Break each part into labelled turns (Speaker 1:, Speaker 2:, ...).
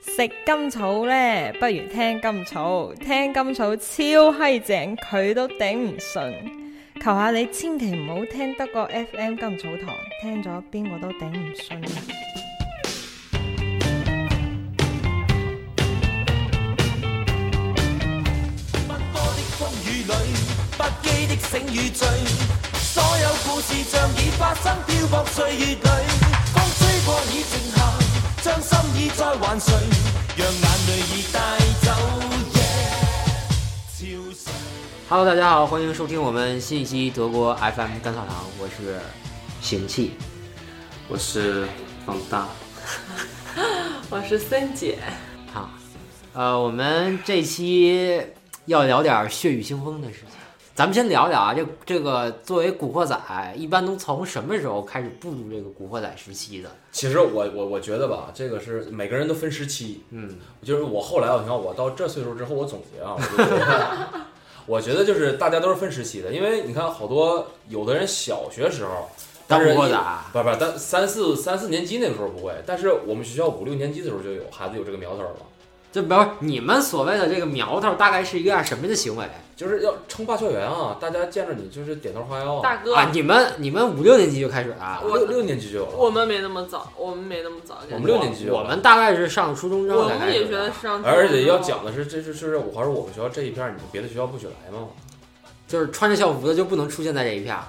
Speaker 1: 食甘草呢，不如聽甘草，聽甘草超閪正，佢都頂唔順。求下你千祈唔好聽得個 FM 甘草堂，聽咗邊個都頂唔順。
Speaker 2: 奔波的風雨裏，不羈的醒與醉，所有故事像已發生，漂泊歲月裏。風吹過已靜下，將心意再還誰？讓眼淚已帶走夜潮水。
Speaker 3: Hello，大家好，欢迎收听我们新一期德国 FM 甘草堂，我是嫌弃，我是方 大
Speaker 4: 我是森姐，
Speaker 3: 啊，呃，我们这期要聊点血雨腥风的事情。咱们先聊聊啊，这这个作为古惑仔，一般都从什么时候开始步入这个古惑仔时期的？
Speaker 5: 其实我我我觉得吧，这个是每个人都分时期。
Speaker 3: 嗯，
Speaker 5: 就是我后来，啊你看我到这岁数之后，我总结啊，我就觉得 我觉得就是大家都是分时期的，因为你看好多有的人小学时候，
Speaker 3: 当古
Speaker 5: 但是
Speaker 3: 惑仔，
Speaker 5: 不不，但三四三四年级那个时候不会，但是我们学校五六年级的时候就有孩子有这个苗头了，
Speaker 3: 这不是你们所谓的这个苗头，大概是一个什么的行为啊
Speaker 5: 就是要称霸校园啊！大家见着你就是点头哈腰啊。
Speaker 4: 大哥，
Speaker 3: 啊？你们你们五六年级就开始了？啊
Speaker 5: 六六年级就有了，
Speaker 4: 我们没那么早，我们没那么早，
Speaker 5: 我们六年级就有
Speaker 3: 我
Speaker 5: 了
Speaker 3: 们大概是上初中之后
Speaker 4: 我
Speaker 3: 才
Speaker 4: 们
Speaker 3: 开始
Speaker 4: 也
Speaker 3: 的。
Speaker 4: 觉得上，
Speaker 5: 而且要，讲的是，这是这是我还是我们学校这一片儿，你别的学校不许来嘛。
Speaker 3: 就是穿着校服的就不能出现在这一片儿，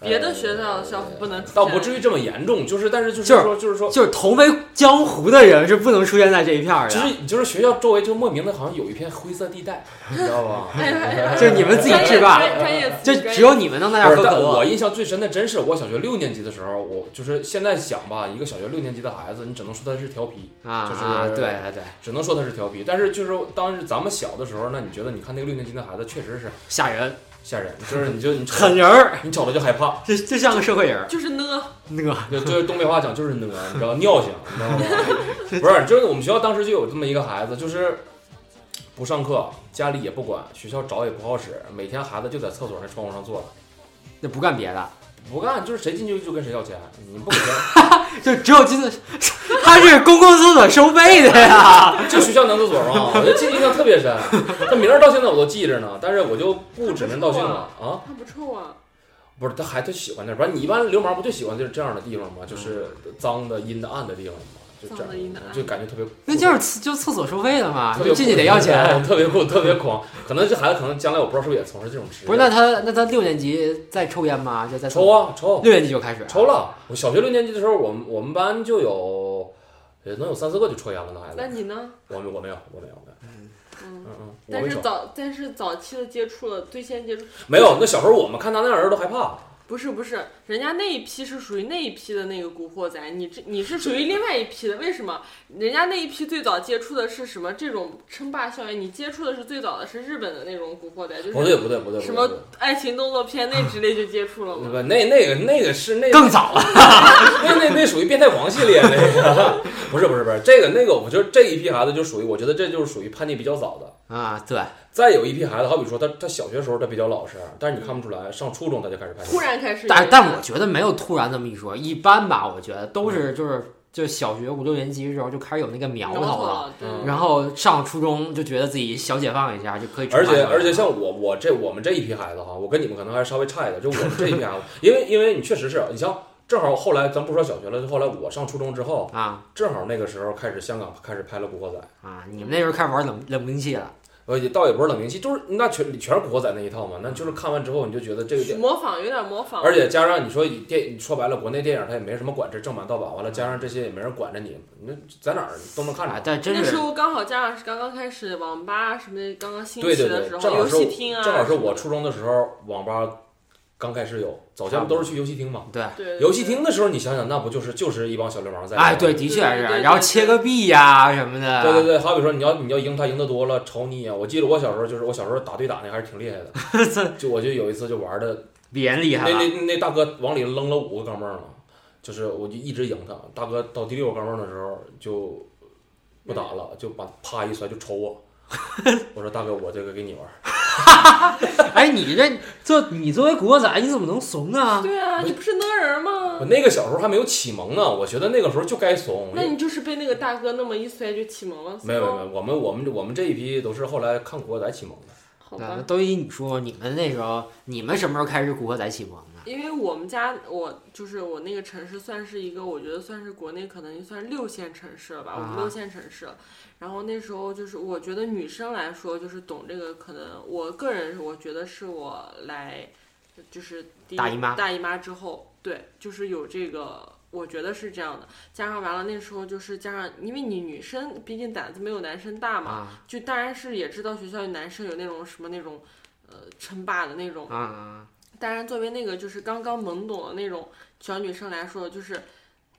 Speaker 4: 别的学校的校服不能出现
Speaker 5: 倒不至于这么严重，就是但是就是
Speaker 3: 就是
Speaker 5: 说就是说，
Speaker 3: 就是投奔江湖的人是不能出现在这一片儿的。
Speaker 5: 就是就是学校周围就莫名的好像有一片灰色地带， 你知道吧？
Speaker 4: 哎呀哎呀
Speaker 3: 就是你们自己制霸
Speaker 4: 专业专业
Speaker 3: 就只有你们能在那
Speaker 5: 不
Speaker 3: 儿
Speaker 5: 是
Speaker 3: 喝可
Speaker 5: 但我
Speaker 3: 乐。
Speaker 5: 印象最深的真是我小学六年级的时候，我就是现在想吧，一个小学六年级的孩子，你只能说他是调皮，
Speaker 3: 啊啊，
Speaker 5: 就是
Speaker 3: 对对对，
Speaker 5: 只能说他是调皮。但是就是当时咱们小的时候，那你觉得你看那个六年级的孩子确实是
Speaker 3: 吓人，
Speaker 5: 吓人，就是你就 你瞅
Speaker 3: 狠人儿，
Speaker 5: 你瞅着就害怕，
Speaker 3: 就就像个社会人儿。
Speaker 4: 就是呢，
Speaker 3: 那个
Speaker 5: 就就是东北话讲就是呢，你知道尿性，你知道吗？不是，就是我们学校当时就有这么一个孩子，就是不上课，家里也不管，学校找也不好使，每天孩子就在厕所那窗户上坐着，
Speaker 3: 那不干别的，
Speaker 5: 不干就是谁进去就跟谁要钱，你不给钱，
Speaker 3: 就只有进，他是公共厕所收费的呀。
Speaker 5: 这学校男厕所 吗？我就记得印象特别深，这名儿到现在我都记着呢，但是我就不指名道姓 了啊。
Speaker 4: 他不臭啊，
Speaker 5: 不是，他还他喜欢那儿，反正你一般流氓不就喜欢就是这样的地方吗？就是脏的、阴的、暗的地方吗？就这样
Speaker 4: 脏的阴的暗的
Speaker 5: 就感觉特别，
Speaker 3: 那就是厕就厕所收费的嘛，
Speaker 5: 特别
Speaker 3: 你进去得要钱。
Speaker 5: 酷， 特别酷，特别狂。可能这孩子可能将来我不知道是不是也从事这种职业。
Speaker 3: 不是，那他那他六年级在抽烟吗？就在厕
Speaker 5: 抽，啊抽
Speaker 3: 六年级就开始啊
Speaker 5: 抽了。我小学六年级的时候，我们我们班就有，也能有三四个就抽烟了那孩
Speaker 4: 那
Speaker 5: 子。
Speaker 4: 你呢？
Speaker 5: 我没我没有我没有我没有，
Speaker 4: 嗯，
Speaker 5: 嗯嗯，我
Speaker 4: 但
Speaker 5: 没
Speaker 4: 是
Speaker 5: 抽。
Speaker 4: 早但是早期的接触了，最先接触
Speaker 5: 没有，那小时候我们看他那样人都害怕。
Speaker 4: 不是不是，人家那一批是属于那一批的那个古惑仔，你这你是属于另外一批的，为什么？人家那一批最早接触的是什么？这种称霸校园，你接触的是最早的是日本的那种古惑仔，就
Speaker 5: 不对
Speaker 4: 是
Speaker 5: 不对不对不对。
Speaker 4: 什
Speaker 5: 不对
Speaker 4: 么爱情动作片那之类就接触了
Speaker 5: 不
Speaker 4: 嘛。
Speaker 5: 对那那个那个是那
Speaker 3: 更早了。
Speaker 5: 那那那属于变态狂系列那个，不是不是不是这个那个，我觉得这一批孩子就属于，我觉得这就是属于叛逆比较早的。
Speaker 3: 啊，对，
Speaker 5: 再有一批孩子，好比说他他小学时候他比较老实，啊但是你看不出来，上初中他就开始叛逆。
Speaker 4: 突然开始有
Speaker 3: 但
Speaker 4: 人，
Speaker 3: 但我觉得没有突然这么一说，一般吧，我觉得都是就是就小学五六年级的时候就开始有那个苗
Speaker 4: 苗
Speaker 3: 头
Speaker 4: 头
Speaker 3: 了，
Speaker 4: 了，对，
Speaker 5: 嗯
Speaker 3: 然后上初中就觉得自己小解放一下就可以出来
Speaker 5: 而且
Speaker 3: 了
Speaker 5: 而且像我我这我们这一批孩子哈，我跟你们可能还稍微差一点，就我们这一批孩子，因为因为你确实是啊你像正好后来咱不说小学了，就后来我上初中之后，
Speaker 3: 啊
Speaker 5: 正好那个时候开始香港开始拍了《古惑仔》，
Speaker 3: 啊，你们那时候开始玩冷冷兵器了，
Speaker 5: 呃，也倒也不是冷兵器，就是那全全是《古惑仔》那一套嘛，那就是看完之后你就觉得这个电
Speaker 4: 模仿有点模仿，
Speaker 5: 而且加上你说以电，你说白了，国内电影它也没什么管制，正版盗版，完了加上这些也没人管着你，那在哪儿都能看
Speaker 3: 啊
Speaker 5: 着。，
Speaker 3: 但真
Speaker 4: 那时
Speaker 3: 是
Speaker 4: 候刚好加上是刚刚开始网吧什么的刚刚兴
Speaker 5: 对
Speaker 4: 起
Speaker 5: 对
Speaker 4: 的时
Speaker 5: 对，
Speaker 4: 候，
Speaker 5: 正好
Speaker 4: 游
Speaker 5: 是
Speaker 4: 戏厅啊
Speaker 5: 我
Speaker 4: 什
Speaker 5: 正
Speaker 4: 么的，
Speaker 5: 好是我初中的时候，网吧刚开始有，早先不都是去游戏厅嘛？
Speaker 3: 对，
Speaker 4: 对对
Speaker 5: 游戏厅的时候，你想想，那不就是就是一帮小流氓在？
Speaker 3: 哎，对，。啊的确
Speaker 4: 对
Speaker 3: 是
Speaker 4: 对对，对
Speaker 3: 然后切个币呀什么的，
Speaker 5: 对对对，好比说你要你要赢他赢得多了，瞅你一啊眼。我记得我小时候就是我小时候打对打那还是挺厉害 的，就我就有一次就玩的，
Speaker 3: 比人厉害
Speaker 5: 那
Speaker 3: 了，
Speaker 5: 那那大哥往里扔了五个钢镚儿了，就是我就一直赢他。大哥到第六个钢镚儿的时候就 不打了，就把啪一摔就抽我。我说大哥，我这个给你玩儿。
Speaker 3: 哎，你这这你作为古惑仔，你怎么能怂啊？
Speaker 4: 对啊，你不是那人吗
Speaker 5: 我？那个小时候还没有启蒙呢，我觉得那个时候就该怂。
Speaker 4: 那你就是被那个大哥那么一摔就启蒙了？
Speaker 5: 没有没有没有，我们我们我们这一批都是后来看古惑仔启蒙的。
Speaker 4: 好
Speaker 3: 对，
Speaker 4: 吧。
Speaker 3: 呃都依你说，你们那时候，你们什么时候开始古惑仔启蒙的？
Speaker 4: 因为我们家我就是我那个城市算是一个，我觉得算是国内可能算是六线城市了吧，
Speaker 3: 啊
Speaker 4: 五六线城市。然后那时候就是我觉得女生来说，就是懂这个，可能我个人我觉得是我来就是第一
Speaker 3: 大姨妈
Speaker 4: 大姨妈之后，对，就是有这个。我觉得是这样的，加上完了那时候就是加上，因为你女生毕竟胆子没有男生大嘛，
Speaker 3: 啊
Speaker 4: 就当然是也知道学校里男生有那种什么那种，呃，称霸的那种
Speaker 3: 啊啊！
Speaker 4: 当然，作为那个就是刚刚懵懂的那种小女生来说，就是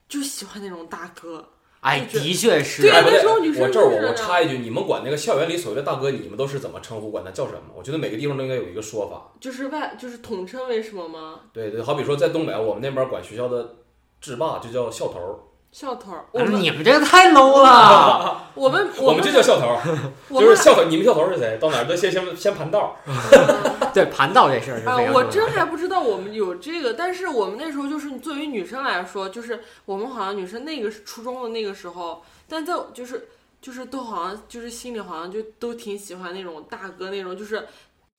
Speaker 4: 就喜欢那种大哥。
Speaker 3: 哎，
Speaker 4: 就觉得
Speaker 3: 的确是
Speaker 4: 对啊
Speaker 5: 哎，不
Speaker 4: 那时候女生
Speaker 5: 我这儿
Speaker 4: 就是
Speaker 5: 我我
Speaker 4: 这样
Speaker 5: 插一句，你们管那个校园里所谓的大哥，你们都是怎么称呼？管他叫什么？我觉得每个地方都应该有一个说法。
Speaker 4: 就是外就是统称为什么吗？
Speaker 5: 对对，好比说在东北，啊我们那边管学校的制霸就叫校头儿，
Speaker 4: 校头儿，我
Speaker 3: 哎
Speaker 4: 们
Speaker 3: 你们这个太 low 了。
Speaker 4: 我们
Speaker 5: 我们
Speaker 4: 们
Speaker 5: 就叫校头儿，
Speaker 4: 我
Speaker 5: 就是
Speaker 4: 们
Speaker 5: 校头。你们校头儿是谁？到哪儿都先先先盘道儿。
Speaker 3: 对，盘道这事儿是非
Speaker 4: 啊
Speaker 3: 常，
Speaker 4: 我
Speaker 3: 重要
Speaker 4: 真
Speaker 3: 的
Speaker 4: 还不知道我们有这个，但是我们那时候就是作为女生来说，就是我们好像女生那个是初中的那个时候，但在就是就是都好像就是心里好像就都挺喜欢那种大哥那种，就是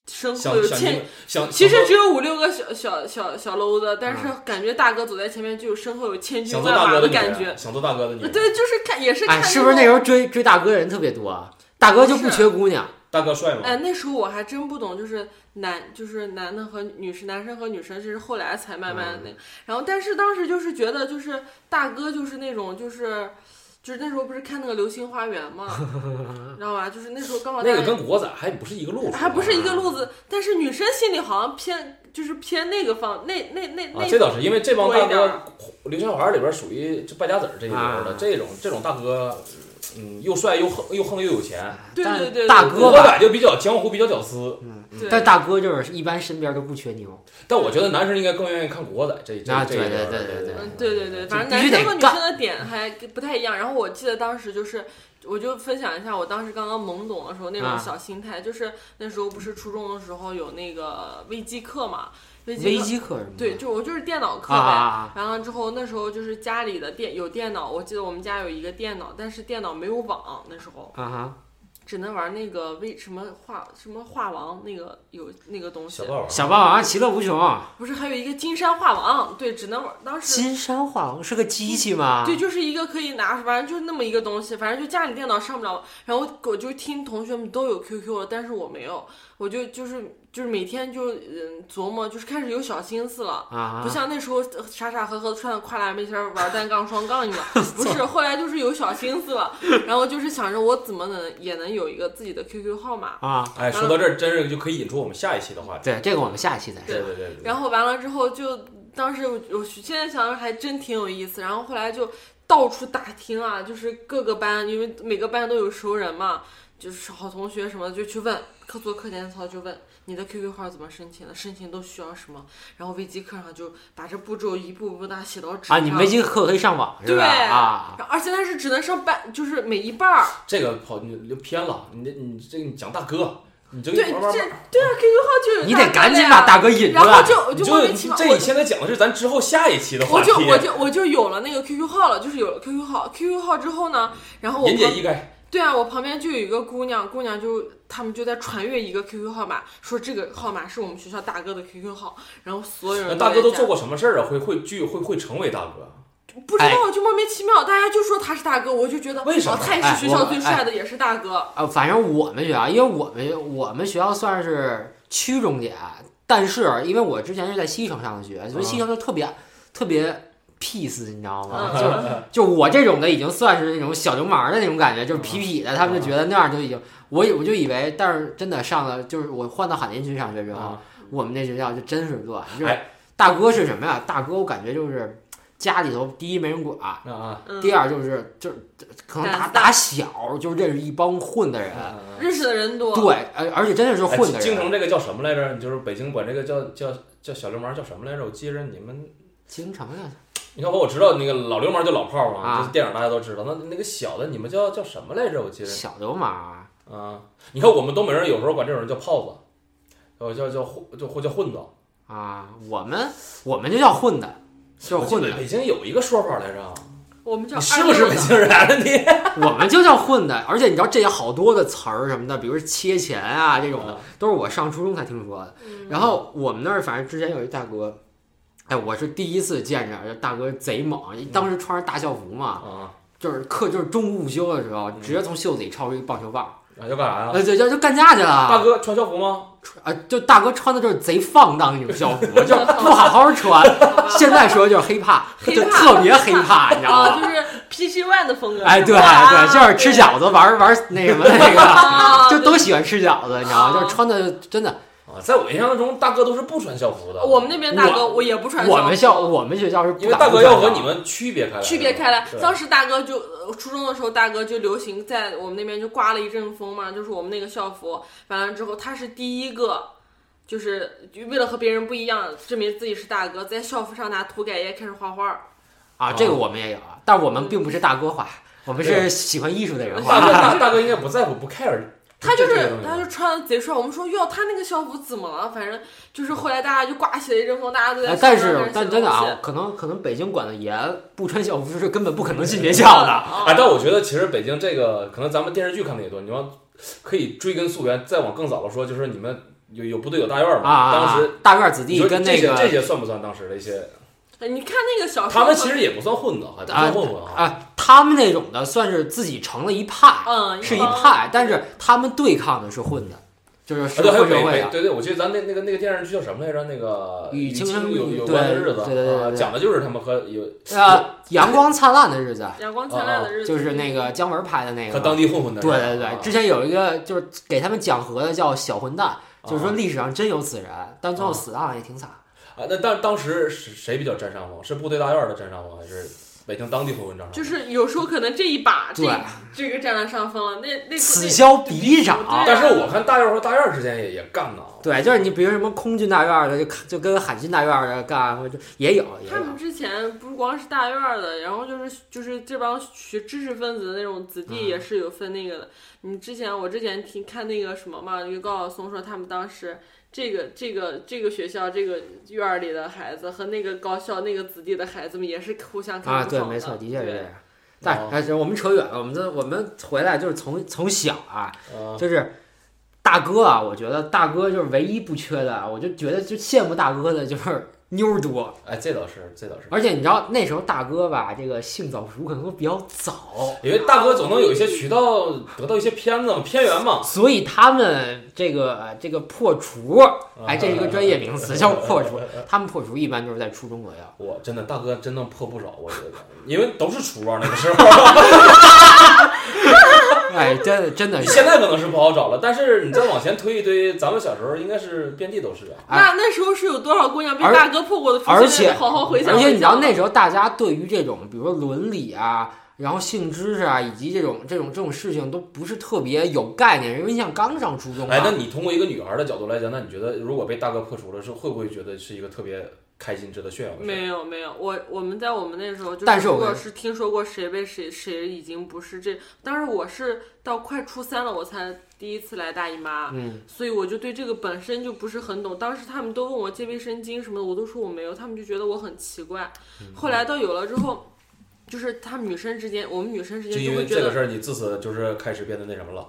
Speaker 4: 身后
Speaker 5: 想
Speaker 4: 有
Speaker 5: 想你
Speaker 4: 千
Speaker 5: 们想，
Speaker 4: 呃其实
Speaker 5: 想
Speaker 4: 只有五六个小小小小篓子，但
Speaker 5: 嗯
Speaker 4: 是感觉大哥走在前面就有身后有千军
Speaker 5: 想做
Speaker 4: 万
Speaker 5: 大
Speaker 4: 马
Speaker 5: 哥的女
Speaker 4: 感
Speaker 5: 人
Speaker 4: 觉。
Speaker 5: 想做大哥的女人，
Speaker 4: 对，就是看也是看、
Speaker 3: 哎，是不是那时？候追追大哥的人特别多啊？大哥就不缺姑娘，
Speaker 5: 大哥帅吗？
Speaker 4: 哎，那时候我还真不懂，就是男就是男的和女生，男生和女生，这是后来才慢慢
Speaker 5: 嗯
Speaker 4: 的那。然后，但是当时就是觉得，就是大哥就是那种就是。就是那时候不是看那个《流星花园》 嘛，知道吧？就是那时候刚好
Speaker 5: 那
Speaker 4: 大
Speaker 5: 个嗯
Speaker 4: 家
Speaker 5: 跟古惑仔还不是一个路数，啊
Speaker 4: 还不是一个路子，但是女生心里好像偏就是偏那个方那那那那
Speaker 5: 啊，这倒是因为这帮
Speaker 4: 多
Speaker 5: 大
Speaker 4: 一点
Speaker 5: 哥
Speaker 4: 儿，
Speaker 5: 流星花园里边属于就败家子儿这一流的
Speaker 3: 啊，
Speaker 5: 这种这种大哥，嗯，又帅又横又横又有钱，
Speaker 4: 对
Speaker 3: 但
Speaker 4: 对对
Speaker 3: 大
Speaker 4: 对
Speaker 5: 古
Speaker 3: 哥
Speaker 5: 惑
Speaker 3: 吧，
Speaker 5: 仔就比较江湖，比较屌丝。
Speaker 3: 嗯
Speaker 4: 对
Speaker 3: 但大哥就是一般身边都不缺妞，
Speaker 5: 但我觉得男生应该更愿意看古惑仔这这
Speaker 3: 啊
Speaker 5: 这一呃
Speaker 3: 对
Speaker 5: 流
Speaker 3: 对
Speaker 5: 的
Speaker 3: 对对
Speaker 4: 嗯，对对对，反正
Speaker 3: 必须
Speaker 4: 男
Speaker 3: 得
Speaker 4: 生和女生的点还不太一样。然后我记得当时就是，我就分享一下我当时刚刚懵懂的时候那
Speaker 3: 啊
Speaker 4: 种小心态，就是那时候不是初中的时候有那个微机课嘛，微机
Speaker 3: 危
Speaker 4: 课
Speaker 3: 机可是吗？
Speaker 4: 对，就我就是电脑课
Speaker 3: 啊
Speaker 4: 呗。
Speaker 3: 啊啊！
Speaker 4: 完了之后，那时候就是家里的电有电脑，我记得我们家有一个电脑，但是电脑没有网，那时候
Speaker 3: 啊哈，
Speaker 4: 只能玩那个微什么画什么画王那个有那个东西
Speaker 5: 小，啊霸王，
Speaker 3: 小霸王其乐无穷，
Speaker 4: 不是还有一个金山画王，对，只能玩当时
Speaker 3: 金山画王是个机器吗？
Speaker 4: 对，就是一个可以拿，反正就是那么一个东西，反正就家里电脑上不了。然后我就听同学们都有 QQ 了，但是我没有，我就就是就是每天就嗯琢磨，就是开始有小心思了。
Speaker 3: 啊，
Speaker 4: 不像那时候呃傻傻呵呵穿的跨栏背心儿玩单杠双杠，你知道？不是，后来就是有小心思了，然后就是想着我怎么能也能有一个自己的 QQ 号码。
Speaker 3: 啊，
Speaker 5: 哎，
Speaker 4: 嗯
Speaker 5: 说到这儿，真是就可以引出我们下一期的话题。
Speaker 3: 对，这个我们下一期再说。
Speaker 5: 对对对，对
Speaker 4: 然后完了之后就，当时我我现在想想还真挺有意思。然后后来就到处打听啊，就是各个班，因为每个班都有熟人嘛，就是好同学什么的，就去问课做课间操，就问你的 QQ 号怎么申请的，申请都需要什么。然后微机课上就把这步骤一步步的写到纸上。
Speaker 3: 啊，你们这个课可以上网是
Speaker 4: 对
Speaker 3: 吧？啊，
Speaker 4: 然后而且它是只能上半，就是每一半儿。
Speaker 5: 这个跑你就偏了，你这你这你讲大哥，你这个
Speaker 4: 对，这
Speaker 5: 慢
Speaker 4: 对啊
Speaker 5: 慢
Speaker 4: ，QQ 号就有
Speaker 3: 你
Speaker 4: 大
Speaker 3: 得
Speaker 4: 哥
Speaker 3: 赶
Speaker 4: 的
Speaker 3: 紧
Speaker 4: 呀
Speaker 3: 把大哥引出
Speaker 4: 然后
Speaker 3: 来。
Speaker 4: 就我
Speaker 5: 你
Speaker 4: 就莫名其妙，
Speaker 5: 这
Speaker 4: 我
Speaker 5: 你现在讲的是咱之后下一期的
Speaker 4: 我
Speaker 5: 话题
Speaker 4: 就。我就我就有了那个 QQ 号了，就是有了 QQ 号，QQ 号之后呢，然后我
Speaker 5: 言简
Speaker 4: 旁
Speaker 5: 意赅，
Speaker 4: 对啊，我旁边就有一个姑娘，姑娘就他们就在传阅一个 QQ 号码，说这个号码是我们学校大哥的 QQ 号，然后所有
Speaker 5: 那
Speaker 4: 人
Speaker 5: 大哥都
Speaker 4: 在
Speaker 5: 做过什么事儿啊？会会聚会会成为大哥？
Speaker 4: 不知道就莫名其妙，大家就说他是大哥，我就觉得
Speaker 5: 为什么
Speaker 4: 哦他也
Speaker 3: 哎
Speaker 4: 是学校
Speaker 3: 我
Speaker 4: 最帅的，也是大哥，
Speaker 3: 啊，反正我们学校，因为我们我们学校算是区重点，但是因为我之前是在西城上的学，所以西城就特别、特别 peace，你知道
Speaker 5: 啊
Speaker 3: 吗？
Speaker 4: 嗯
Speaker 3: 就就我这种的已经算是那种小流氓的那种感觉，就是痞痞的，他们就觉得那样就已经，我以我就以为，但是真的上了，就是我换到海淀区上学之后，
Speaker 5: 啊
Speaker 3: 我们那学校就真是乱，就是
Speaker 5: 哎
Speaker 3: 大哥是什么呀？大哥我感觉就是家里头第一没人管，
Speaker 5: 啊啊！
Speaker 4: 嗯
Speaker 3: 第，二就是就是可能打
Speaker 4: 胆子大
Speaker 3: 打小就认识一帮混的人，
Speaker 4: 认识的人多，
Speaker 3: 对，而而且真的是
Speaker 5: 哎
Speaker 3: 混的
Speaker 5: 京
Speaker 3: 人。
Speaker 5: 城这个叫什么来着？就是北京管这个叫叫叫小流氓叫什么来着？我记着你们，
Speaker 3: 京城呀，
Speaker 5: 你看我我知道那个老流氓就老炮儿嘛，
Speaker 3: 啊
Speaker 5: 就是电影大家都知道。那那个小的你们叫叫什么来着？我记着
Speaker 3: 小流氓
Speaker 5: 啊，你看我们东北人有时候管这种人叫炮子，呃叫叫混就或叫混子，
Speaker 3: 啊，我们我们就叫混的，就是混
Speaker 5: 我记得
Speaker 3: 的，
Speaker 5: 北京有一个说法来着，啊
Speaker 4: 我们叫
Speaker 5: 你是不是
Speaker 4: 二
Speaker 5: 北
Speaker 4: 六子
Speaker 5: 京人 啊你？
Speaker 3: 我们就叫混的。而且你知道，这有好多的词儿什么的，比如切钱啊这种
Speaker 5: 嗯
Speaker 3: 的，都是我上初中才听说的。然后我们那儿反正之前有一大哥，哎，我是第一次见着，这大哥贼
Speaker 5: 嗯
Speaker 3: 猛，当时穿着大校服嘛，
Speaker 5: 啊，
Speaker 3: 就是课就是中午午休的时候，
Speaker 5: 嗯
Speaker 3: 直接从袖子里抄出一棒球棒，
Speaker 5: 要干啥呀？
Speaker 3: 呃，就就就干架去了。
Speaker 5: 啊大哥穿校服吗？
Speaker 3: 啊，就大哥穿的就是贼放荡那种校服，就是不好好 穿。现在说就是黑怕，
Speaker 4: 黑
Speaker 3: 就
Speaker 4: 怕
Speaker 3: 特别黑 怕，你知道
Speaker 4: 啊，
Speaker 3: 吗？
Speaker 4: 就是 PC One 的风格。
Speaker 3: 哎，
Speaker 4: 是
Speaker 3: 对
Speaker 4: 吧啊
Speaker 3: 对，就是吃饺子玩玩那什么那个，
Speaker 4: 啊
Speaker 3: 就都喜欢吃饺子，你知道吗？
Speaker 4: 啊
Speaker 3: 就是穿的真的，
Speaker 5: 啊，在我印象中，大哥都是不穿校服的。
Speaker 4: 我们那边大哥，我也不穿校服，
Speaker 3: 我们校我们学校是不
Speaker 5: 因为
Speaker 3: 敢
Speaker 5: 大哥
Speaker 3: 不穿
Speaker 5: 要和
Speaker 3: 的
Speaker 5: 你们区别开
Speaker 3: 呃
Speaker 5: 来，
Speaker 4: 区别开来。
Speaker 5: 对
Speaker 4: 当时大哥就呃初中的时候，大哥就流行在我们那边就刮了一阵风嘛，就是我们那个校服。完了之后，他是第一个，就是就为了和别人不一样，证明自己是大哥，在校服上拿涂改液开始画画。
Speaker 3: 啊，这个我们也有，啊，但我们并不是大哥化，我们
Speaker 5: 对
Speaker 3: 是喜欢艺术的人
Speaker 5: 大
Speaker 3: 化。
Speaker 5: 哥大大哥应该不在乎，不 care
Speaker 4: 他就
Speaker 5: 这
Speaker 4: 是
Speaker 5: 个东西。
Speaker 4: 他就穿的贼帅，我们说哟，他那个校服怎么了？反正就是后来大家就刮起了一阵风，大家都在
Speaker 3: 哎
Speaker 4: 校
Speaker 3: 但
Speaker 4: 服上开始
Speaker 3: 是
Speaker 4: 写
Speaker 3: 但真的
Speaker 4: 东
Speaker 3: 啊
Speaker 4: 西，
Speaker 3: 可能可能北京管的严，不穿校服是根本不可能进学校的。
Speaker 5: 啊，但我觉得其实北京这个，可能咱们电视剧看的也多，你要可以追根溯源，再往更早的说，就是你们有有部队有大院嘛，
Speaker 3: 啊，
Speaker 5: 当时
Speaker 3: 大院子
Speaker 5: 你
Speaker 3: 弟
Speaker 5: 说
Speaker 3: 跟
Speaker 5: 这
Speaker 3: 那
Speaker 5: 些
Speaker 3: 个
Speaker 5: 这些算不算当时的一些？
Speaker 4: 哎你看那个小说，
Speaker 5: 他们其实也不算混子，还不算混混啊。
Speaker 3: 啊，他们那种的算是自己成了一派，
Speaker 4: 嗯
Speaker 3: 是一
Speaker 4: 帮
Speaker 3: 派，但是他们对抗的是混的，就是
Speaker 5: 啊，
Speaker 3: 是
Speaker 5: 对，还有
Speaker 3: 混
Speaker 5: 北
Speaker 3: 社会
Speaker 5: 北，
Speaker 3: 的。
Speaker 5: 对对，我记得咱那那个那个电视剧叫什么来着？那个
Speaker 3: 与青春
Speaker 5: 青有有
Speaker 3: 对
Speaker 5: 关的日子，
Speaker 3: 对对对对
Speaker 5: 啊
Speaker 3: 对
Speaker 5: 讲的就是他们和有
Speaker 3: 呃，阳光灿烂的日子，
Speaker 4: 阳光灿烂的日子，
Speaker 3: 哦就是那个姜文拍的那
Speaker 5: 和
Speaker 3: 个。
Speaker 5: 当地混混的
Speaker 3: 对对
Speaker 5: 人。
Speaker 3: 对，
Speaker 5: 啊
Speaker 3: 之前有一个就是给他们讲和的叫小混蛋，就是说历史上真有此人，但最后死的好像也挺惨。
Speaker 5: 啊，那当当时是谁比较占上风？是部队大院的占上风，还是北京当地混混占上风？
Speaker 4: 就是有时候可能这一把这
Speaker 3: 对，
Speaker 4: 这个占了上风了，那那那
Speaker 3: 此消彼
Speaker 4: 对
Speaker 3: 长。
Speaker 5: 啊但是我看大院和大院之间也也干呢。啊
Speaker 3: 对，就是你比如什么空军大院的，就就跟海军大院的干，或者也有也有
Speaker 4: 他。们之前不光是大院儿的，然后就是就是这帮学知识分子的那种子弟
Speaker 3: 嗯
Speaker 4: 也是有分那个的。你之前我之前听看那个什么嘛，就高晓松说他们当时这个这个这个学校这个院儿里的孩子和那个高校那个子弟的孩子们也是互相看
Speaker 3: 啊，
Speaker 4: 不
Speaker 3: 对，
Speaker 4: 爽
Speaker 3: 没
Speaker 4: 的
Speaker 3: 错，的确是这
Speaker 4: 对
Speaker 3: 样。但但是我们扯远了，我们这我们回来就是从从小啊，
Speaker 5: 啊，
Speaker 3: 就是大哥啊，我觉得大哥就是唯一不缺的，啊我就觉得就羡慕大哥的就是妞儿多，
Speaker 5: 哎，这倒是，这倒是，
Speaker 3: 而且你知道那时候大哥吧，这个性早熟可能都比较早，
Speaker 5: 因为大哥总能有一些渠道得到一些片子嘛，片源嘛。
Speaker 3: 所以他们这个这个破除，哎，这是一个专业名词叫破除，他们破除一般就是在初中左右。
Speaker 5: 我真的大哥真能破不少，我觉得，因为都是厨啊那个时候，
Speaker 3: 哎，真的真的是
Speaker 5: 现在可能是不好找了，但是你再往前推一推， 咱们小时候应该是遍地都是啊。
Speaker 4: 那那时候是有多少姑娘被
Speaker 3: 而
Speaker 4: 大哥破过的？
Speaker 3: 而且
Speaker 4: 好好回想
Speaker 3: 而
Speaker 4: 回想，
Speaker 3: 且你知道那时候大家对于这种，比如说伦理啊，然后性知识啊，以及这种这种这种事情都不是特别有概念，因为你想刚上初中嘛，
Speaker 5: 哎，那你通过一个女孩的角度来讲，那你觉得如果被大哥破除了，是会不会觉得是一个特别开心、值得炫耀的事？
Speaker 4: 没有没有，我我们在我们那时候，就
Speaker 3: 但是
Speaker 4: 如
Speaker 3: 我
Speaker 4: 果
Speaker 3: 跟
Speaker 4: 是听说过谁被谁谁已经不是这，当时我是到快初三了，我才第一次来大姨妈，
Speaker 3: 嗯，
Speaker 4: 所以我就对这个本身就不是很懂。当时他们都问我借卫生巾什么的，我都说我没有，他们就觉得我很奇怪。
Speaker 5: 嗯
Speaker 4: 后来到有了之后，就是他们女生之间，我们女生之
Speaker 5: 就
Speaker 4: 间
Speaker 5: 因
Speaker 4: 会
Speaker 5: 为
Speaker 4: 觉
Speaker 5: 这个
Speaker 4: 得
Speaker 5: 事儿，你自此就是开始变得那什么了。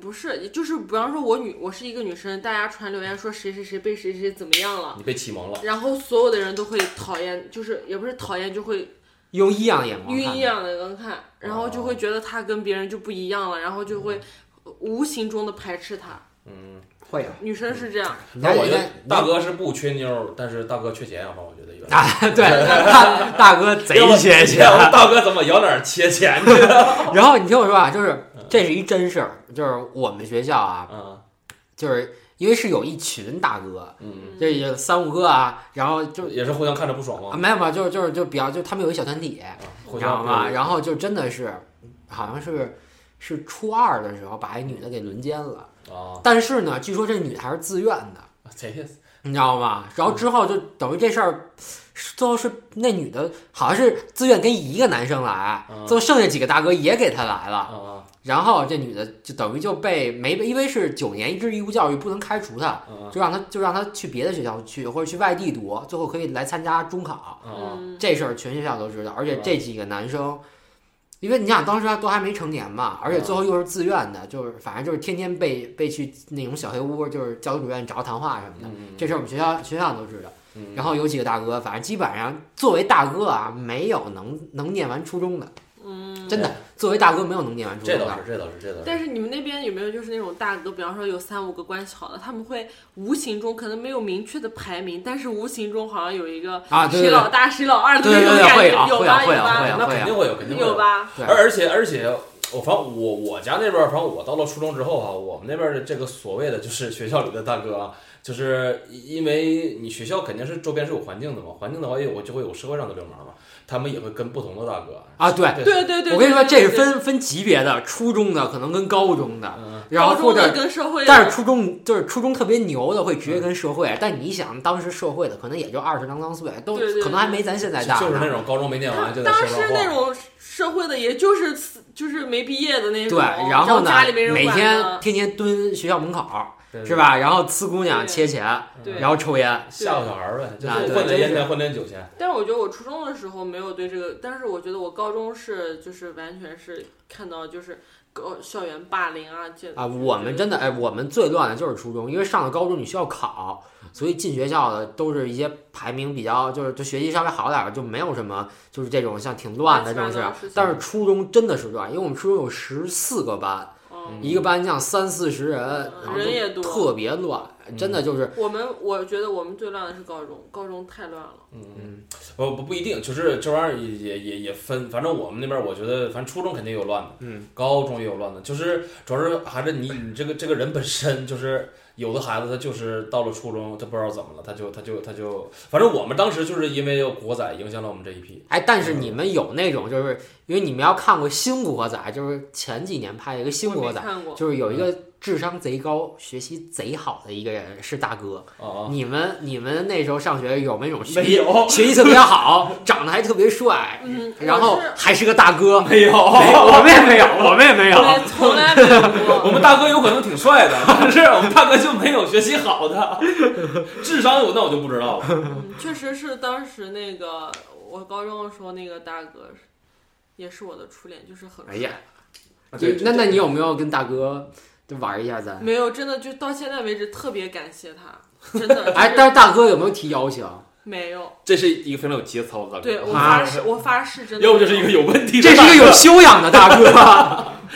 Speaker 4: 不是，就是比方说我女我是一个女生，大家传留言说谁谁谁被谁谁怎么样了。
Speaker 5: 你被启蒙了，
Speaker 4: 然后所有的人都会讨厌，就是也不是讨厌，就会
Speaker 3: 用异样眼光
Speaker 4: 晕
Speaker 3: 看
Speaker 4: 一
Speaker 3: 的，
Speaker 4: 样的能看，然后就会觉得他跟别人就不一样了，然后就会无形中的排斥他。
Speaker 5: 嗯，
Speaker 3: 会有。
Speaker 4: 女生是这样，
Speaker 5: 那我觉得
Speaker 3: 你
Speaker 5: 大哥是不缺妞儿，但是大哥缺钱啊，我觉得有点。哎
Speaker 3: 啊， 对，大大哥贼缺钱。啊
Speaker 5: 要不大哥怎么有点 缺钱去？
Speaker 3: 然后你听我说啊，就是这是一真事儿，就是我们学校啊，
Speaker 5: 嗯
Speaker 3: 就是因为是有一群大哥，
Speaker 5: 嗯，
Speaker 3: 这也三五个啊，然后就
Speaker 5: 也是互相看着不爽
Speaker 3: 啊
Speaker 5: 嘛，
Speaker 3: 没有没有，就是就是就比较就他们有一小团体，
Speaker 5: 啊
Speaker 3: 你
Speaker 5: 互
Speaker 3: 知道
Speaker 5: 相
Speaker 3: 吗？然后就真的是，好像是是初二的时候把一女的给轮奸了，
Speaker 5: 啊，
Speaker 3: 但是呢，据说这女的还是自愿的，
Speaker 5: 谁
Speaker 3: 你知道吗？然后之后就等于这事儿，最后是那女的好像是自愿跟一个男生来
Speaker 5: 嗯，
Speaker 3: 最后剩下几个大哥也给她来
Speaker 5: 啊
Speaker 3: 了。
Speaker 5: 啊
Speaker 3: 然后这女的就等于就被没因为是九年制义务教育不能开除她，
Speaker 5: 啊
Speaker 3: 就让她就让她去别的学校去或者去外地读，最后可以来参加中考。
Speaker 5: 啊！
Speaker 4: 嗯，
Speaker 3: 这事儿全学校都知道，而且这几个男生，因为你想当时他都还没成年嘛，而且最后又是自愿的，就是反正就是天天被被去那种小黑屋，就是教导主任找谈话什么的。
Speaker 5: 嗯
Speaker 3: 这事儿我们学校学校都知道。
Speaker 5: 嗯
Speaker 3: 然后有几个大哥，反正基本上作为大哥啊，没有能能念完初中的，
Speaker 4: 嗯
Speaker 3: 真的，作为大哥没有能念完初
Speaker 5: 这
Speaker 3: 中
Speaker 5: 倒是
Speaker 3: 的。
Speaker 5: 这倒是这倒是
Speaker 4: 但是你们那边有没有就是那种大哥，比方说有三五个关系好的，他们会无形中可能没有明确的排名，但是无形中好像有一个
Speaker 3: 啊，对
Speaker 4: 谁
Speaker 3: 对
Speaker 4: 老大谁老二的
Speaker 3: 对
Speaker 4: 那
Speaker 3: 对
Speaker 4: 种
Speaker 3: 对，
Speaker 4: 感
Speaker 3: 会
Speaker 4: 觉，
Speaker 3: 啊
Speaker 4: 有
Speaker 3: 会啊
Speaker 4: 吧
Speaker 3: 会啊会
Speaker 4: 有吧
Speaker 3: 啊
Speaker 5: 那
Speaker 3: 会
Speaker 5: 肯
Speaker 3: 啊
Speaker 5: 定，会有肯定会
Speaker 4: 有吧？
Speaker 3: 对
Speaker 5: 而而且而且，我反正我我家那边儿，反正我到了初中之后啊，我们那边儿的这个所谓的就是 学校里的大哥啊，就是因为你学校肯定是周边是有环境的嘛，环境的话，也我就会有社会上的流氓嘛，他们也会跟不同的大哥
Speaker 3: 啊对
Speaker 5: 对
Speaker 4: 对对对，
Speaker 3: 我跟你说，
Speaker 4: 对
Speaker 3: 这是。
Speaker 4: 对对
Speaker 3: 分分级别的，初中的可能跟高中的，
Speaker 5: 嗯
Speaker 3: 然后
Speaker 4: 高
Speaker 3: 或
Speaker 4: 中的
Speaker 3: 者
Speaker 4: 跟社会的，
Speaker 3: 但是初中就是初中特别牛的，会直接跟社会。但你想，当时社会的可能也就二十啷当岁，都
Speaker 4: 对对对
Speaker 3: 可能还没咱现在大呢。
Speaker 5: 就是那种高中没念完就在
Speaker 4: 当
Speaker 5: 社
Speaker 4: 时
Speaker 5: 会上
Speaker 4: 那
Speaker 5: 晃。
Speaker 4: 种社会的，也就是死就是没毕业的那种，
Speaker 3: 对，然后
Speaker 4: 后
Speaker 3: 呢
Speaker 4: 家里没，人
Speaker 3: 每
Speaker 4: 管
Speaker 3: 天
Speaker 4: 的，
Speaker 3: 天天蹲学校门口，
Speaker 5: 对
Speaker 3: 是？吧？然后呲姑娘、
Speaker 4: 对
Speaker 3: 切钱，
Speaker 4: 对
Speaker 3: 然后抽烟。
Speaker 5: 吓唬小孩儿呗，就
Speaker 3: 啊
Speaker 5: 是
Speaker 3: 对
Speaker 5: 混点烟
Speaker 3: 真
Speaker 5: 钱，
Speaker 3: 是
Speaker 5: 混点酒钱。
Speaker 4: 但是我觉得我初中的时候没有对这个，但是我觉得我高中是就是完全是看到就是高校园霸凌啊，这
Speaker 3: 啊，我们真的哎，我们最乱的就是初中，因为上了高中你需要考，所以进学校的都是一些排名比较，就是就学习稍微好点儿，就没有什么就是这种像挺乱的这种事儿
Speaker 4: 乱七八糟的事情。
Speaker 3: 但是初中真的是乱，因为我们初中有十四个班，
Speaker 4: 嗯，
Speaker 3: 一个班像三四十人，然后就
Speaker 4: 人也多
Speaker 3: 特别乱，
Speaker 5: 嗯
Speaker 3: 真的就是
Speaker 4: 我们我觉得我们最乱的是高中，高中太乱了。
Speaker 5: 嗯不不不一定，就是这玩意儿也也也也分，反正我们那边儿我觉得，反正初中肯定有乱的，
Speaker 3: 嗯，
Speaker 5: 高中也有乱的，就是主要是还是你你这个这个人本身就是有的孩子他就是到了初中他不知道怎么了，他就他就他就，反正我们当时就是因为有国仔影响了我们这一批，
Speaker 3: 哎，但是你们有那种就是因为你们要看过《新古惑仔》，就是前几年拍的一个《新古
Speaker 4: 我
Speaker 3: 惑
Speaker 4: 没
Speaker 3: 仔》，
Speaker 4: 看过，
Speaker 3: 就是有一
Speaker 5: 嗯
Speaker 3: 个智商贼高、学习贼好的一个人是大哥。
Speaker 5: 啊啊，
Speaker 3: 你们你们那时候上学有没有那种学
Speaker 5: 没
Speaker 3: 习
Speaker 5: 有
Speaker 3: 学习特别好，长得还特别帅，
Speaker 4: 嗯，
Speaker 3: 然后
Speaker 4: 我是
Speaker 3: 还是个大哥？
Speaker 5: 没有，
Speaker 3: 没我们也 没有，我们也没有。
Speaker 4: 我从来没有
Speaker 5: 我
Speaker 4: 过。
Speaker 5: 们大哥有可能挺帅的，但是我们大哥就没有学习好的，智商有那我就不知道了，
Speaker 4: 嗯，确实是当时那个我高中的时候那个大哥是，也是我的初恋，就是很
Speaker 3: 哎呀，
Speaker 5: 啊对
Speaker 3: 那那你有没有跟大哥就玩一下咱？
Speaker 4: 没有真的就到现在为止特别感 谢他，真的
Speaker 3: 哎，
Speaker 4: 就是
Speaker 3: 但是大哥有没有提要求？
Speaker 4: 没有。
Speaker 5: 这是一个非常有节操的大哥，
Speaker 4: 对我
Speaker 3: 啊
Speaker 4: 发誓，我发誓真的没有，
Speaker 5: 要不就是一个有问题的
Speaker 3: 这
Speaker 5: 大哥，
Speaker 3: 是一个有修养的大哥，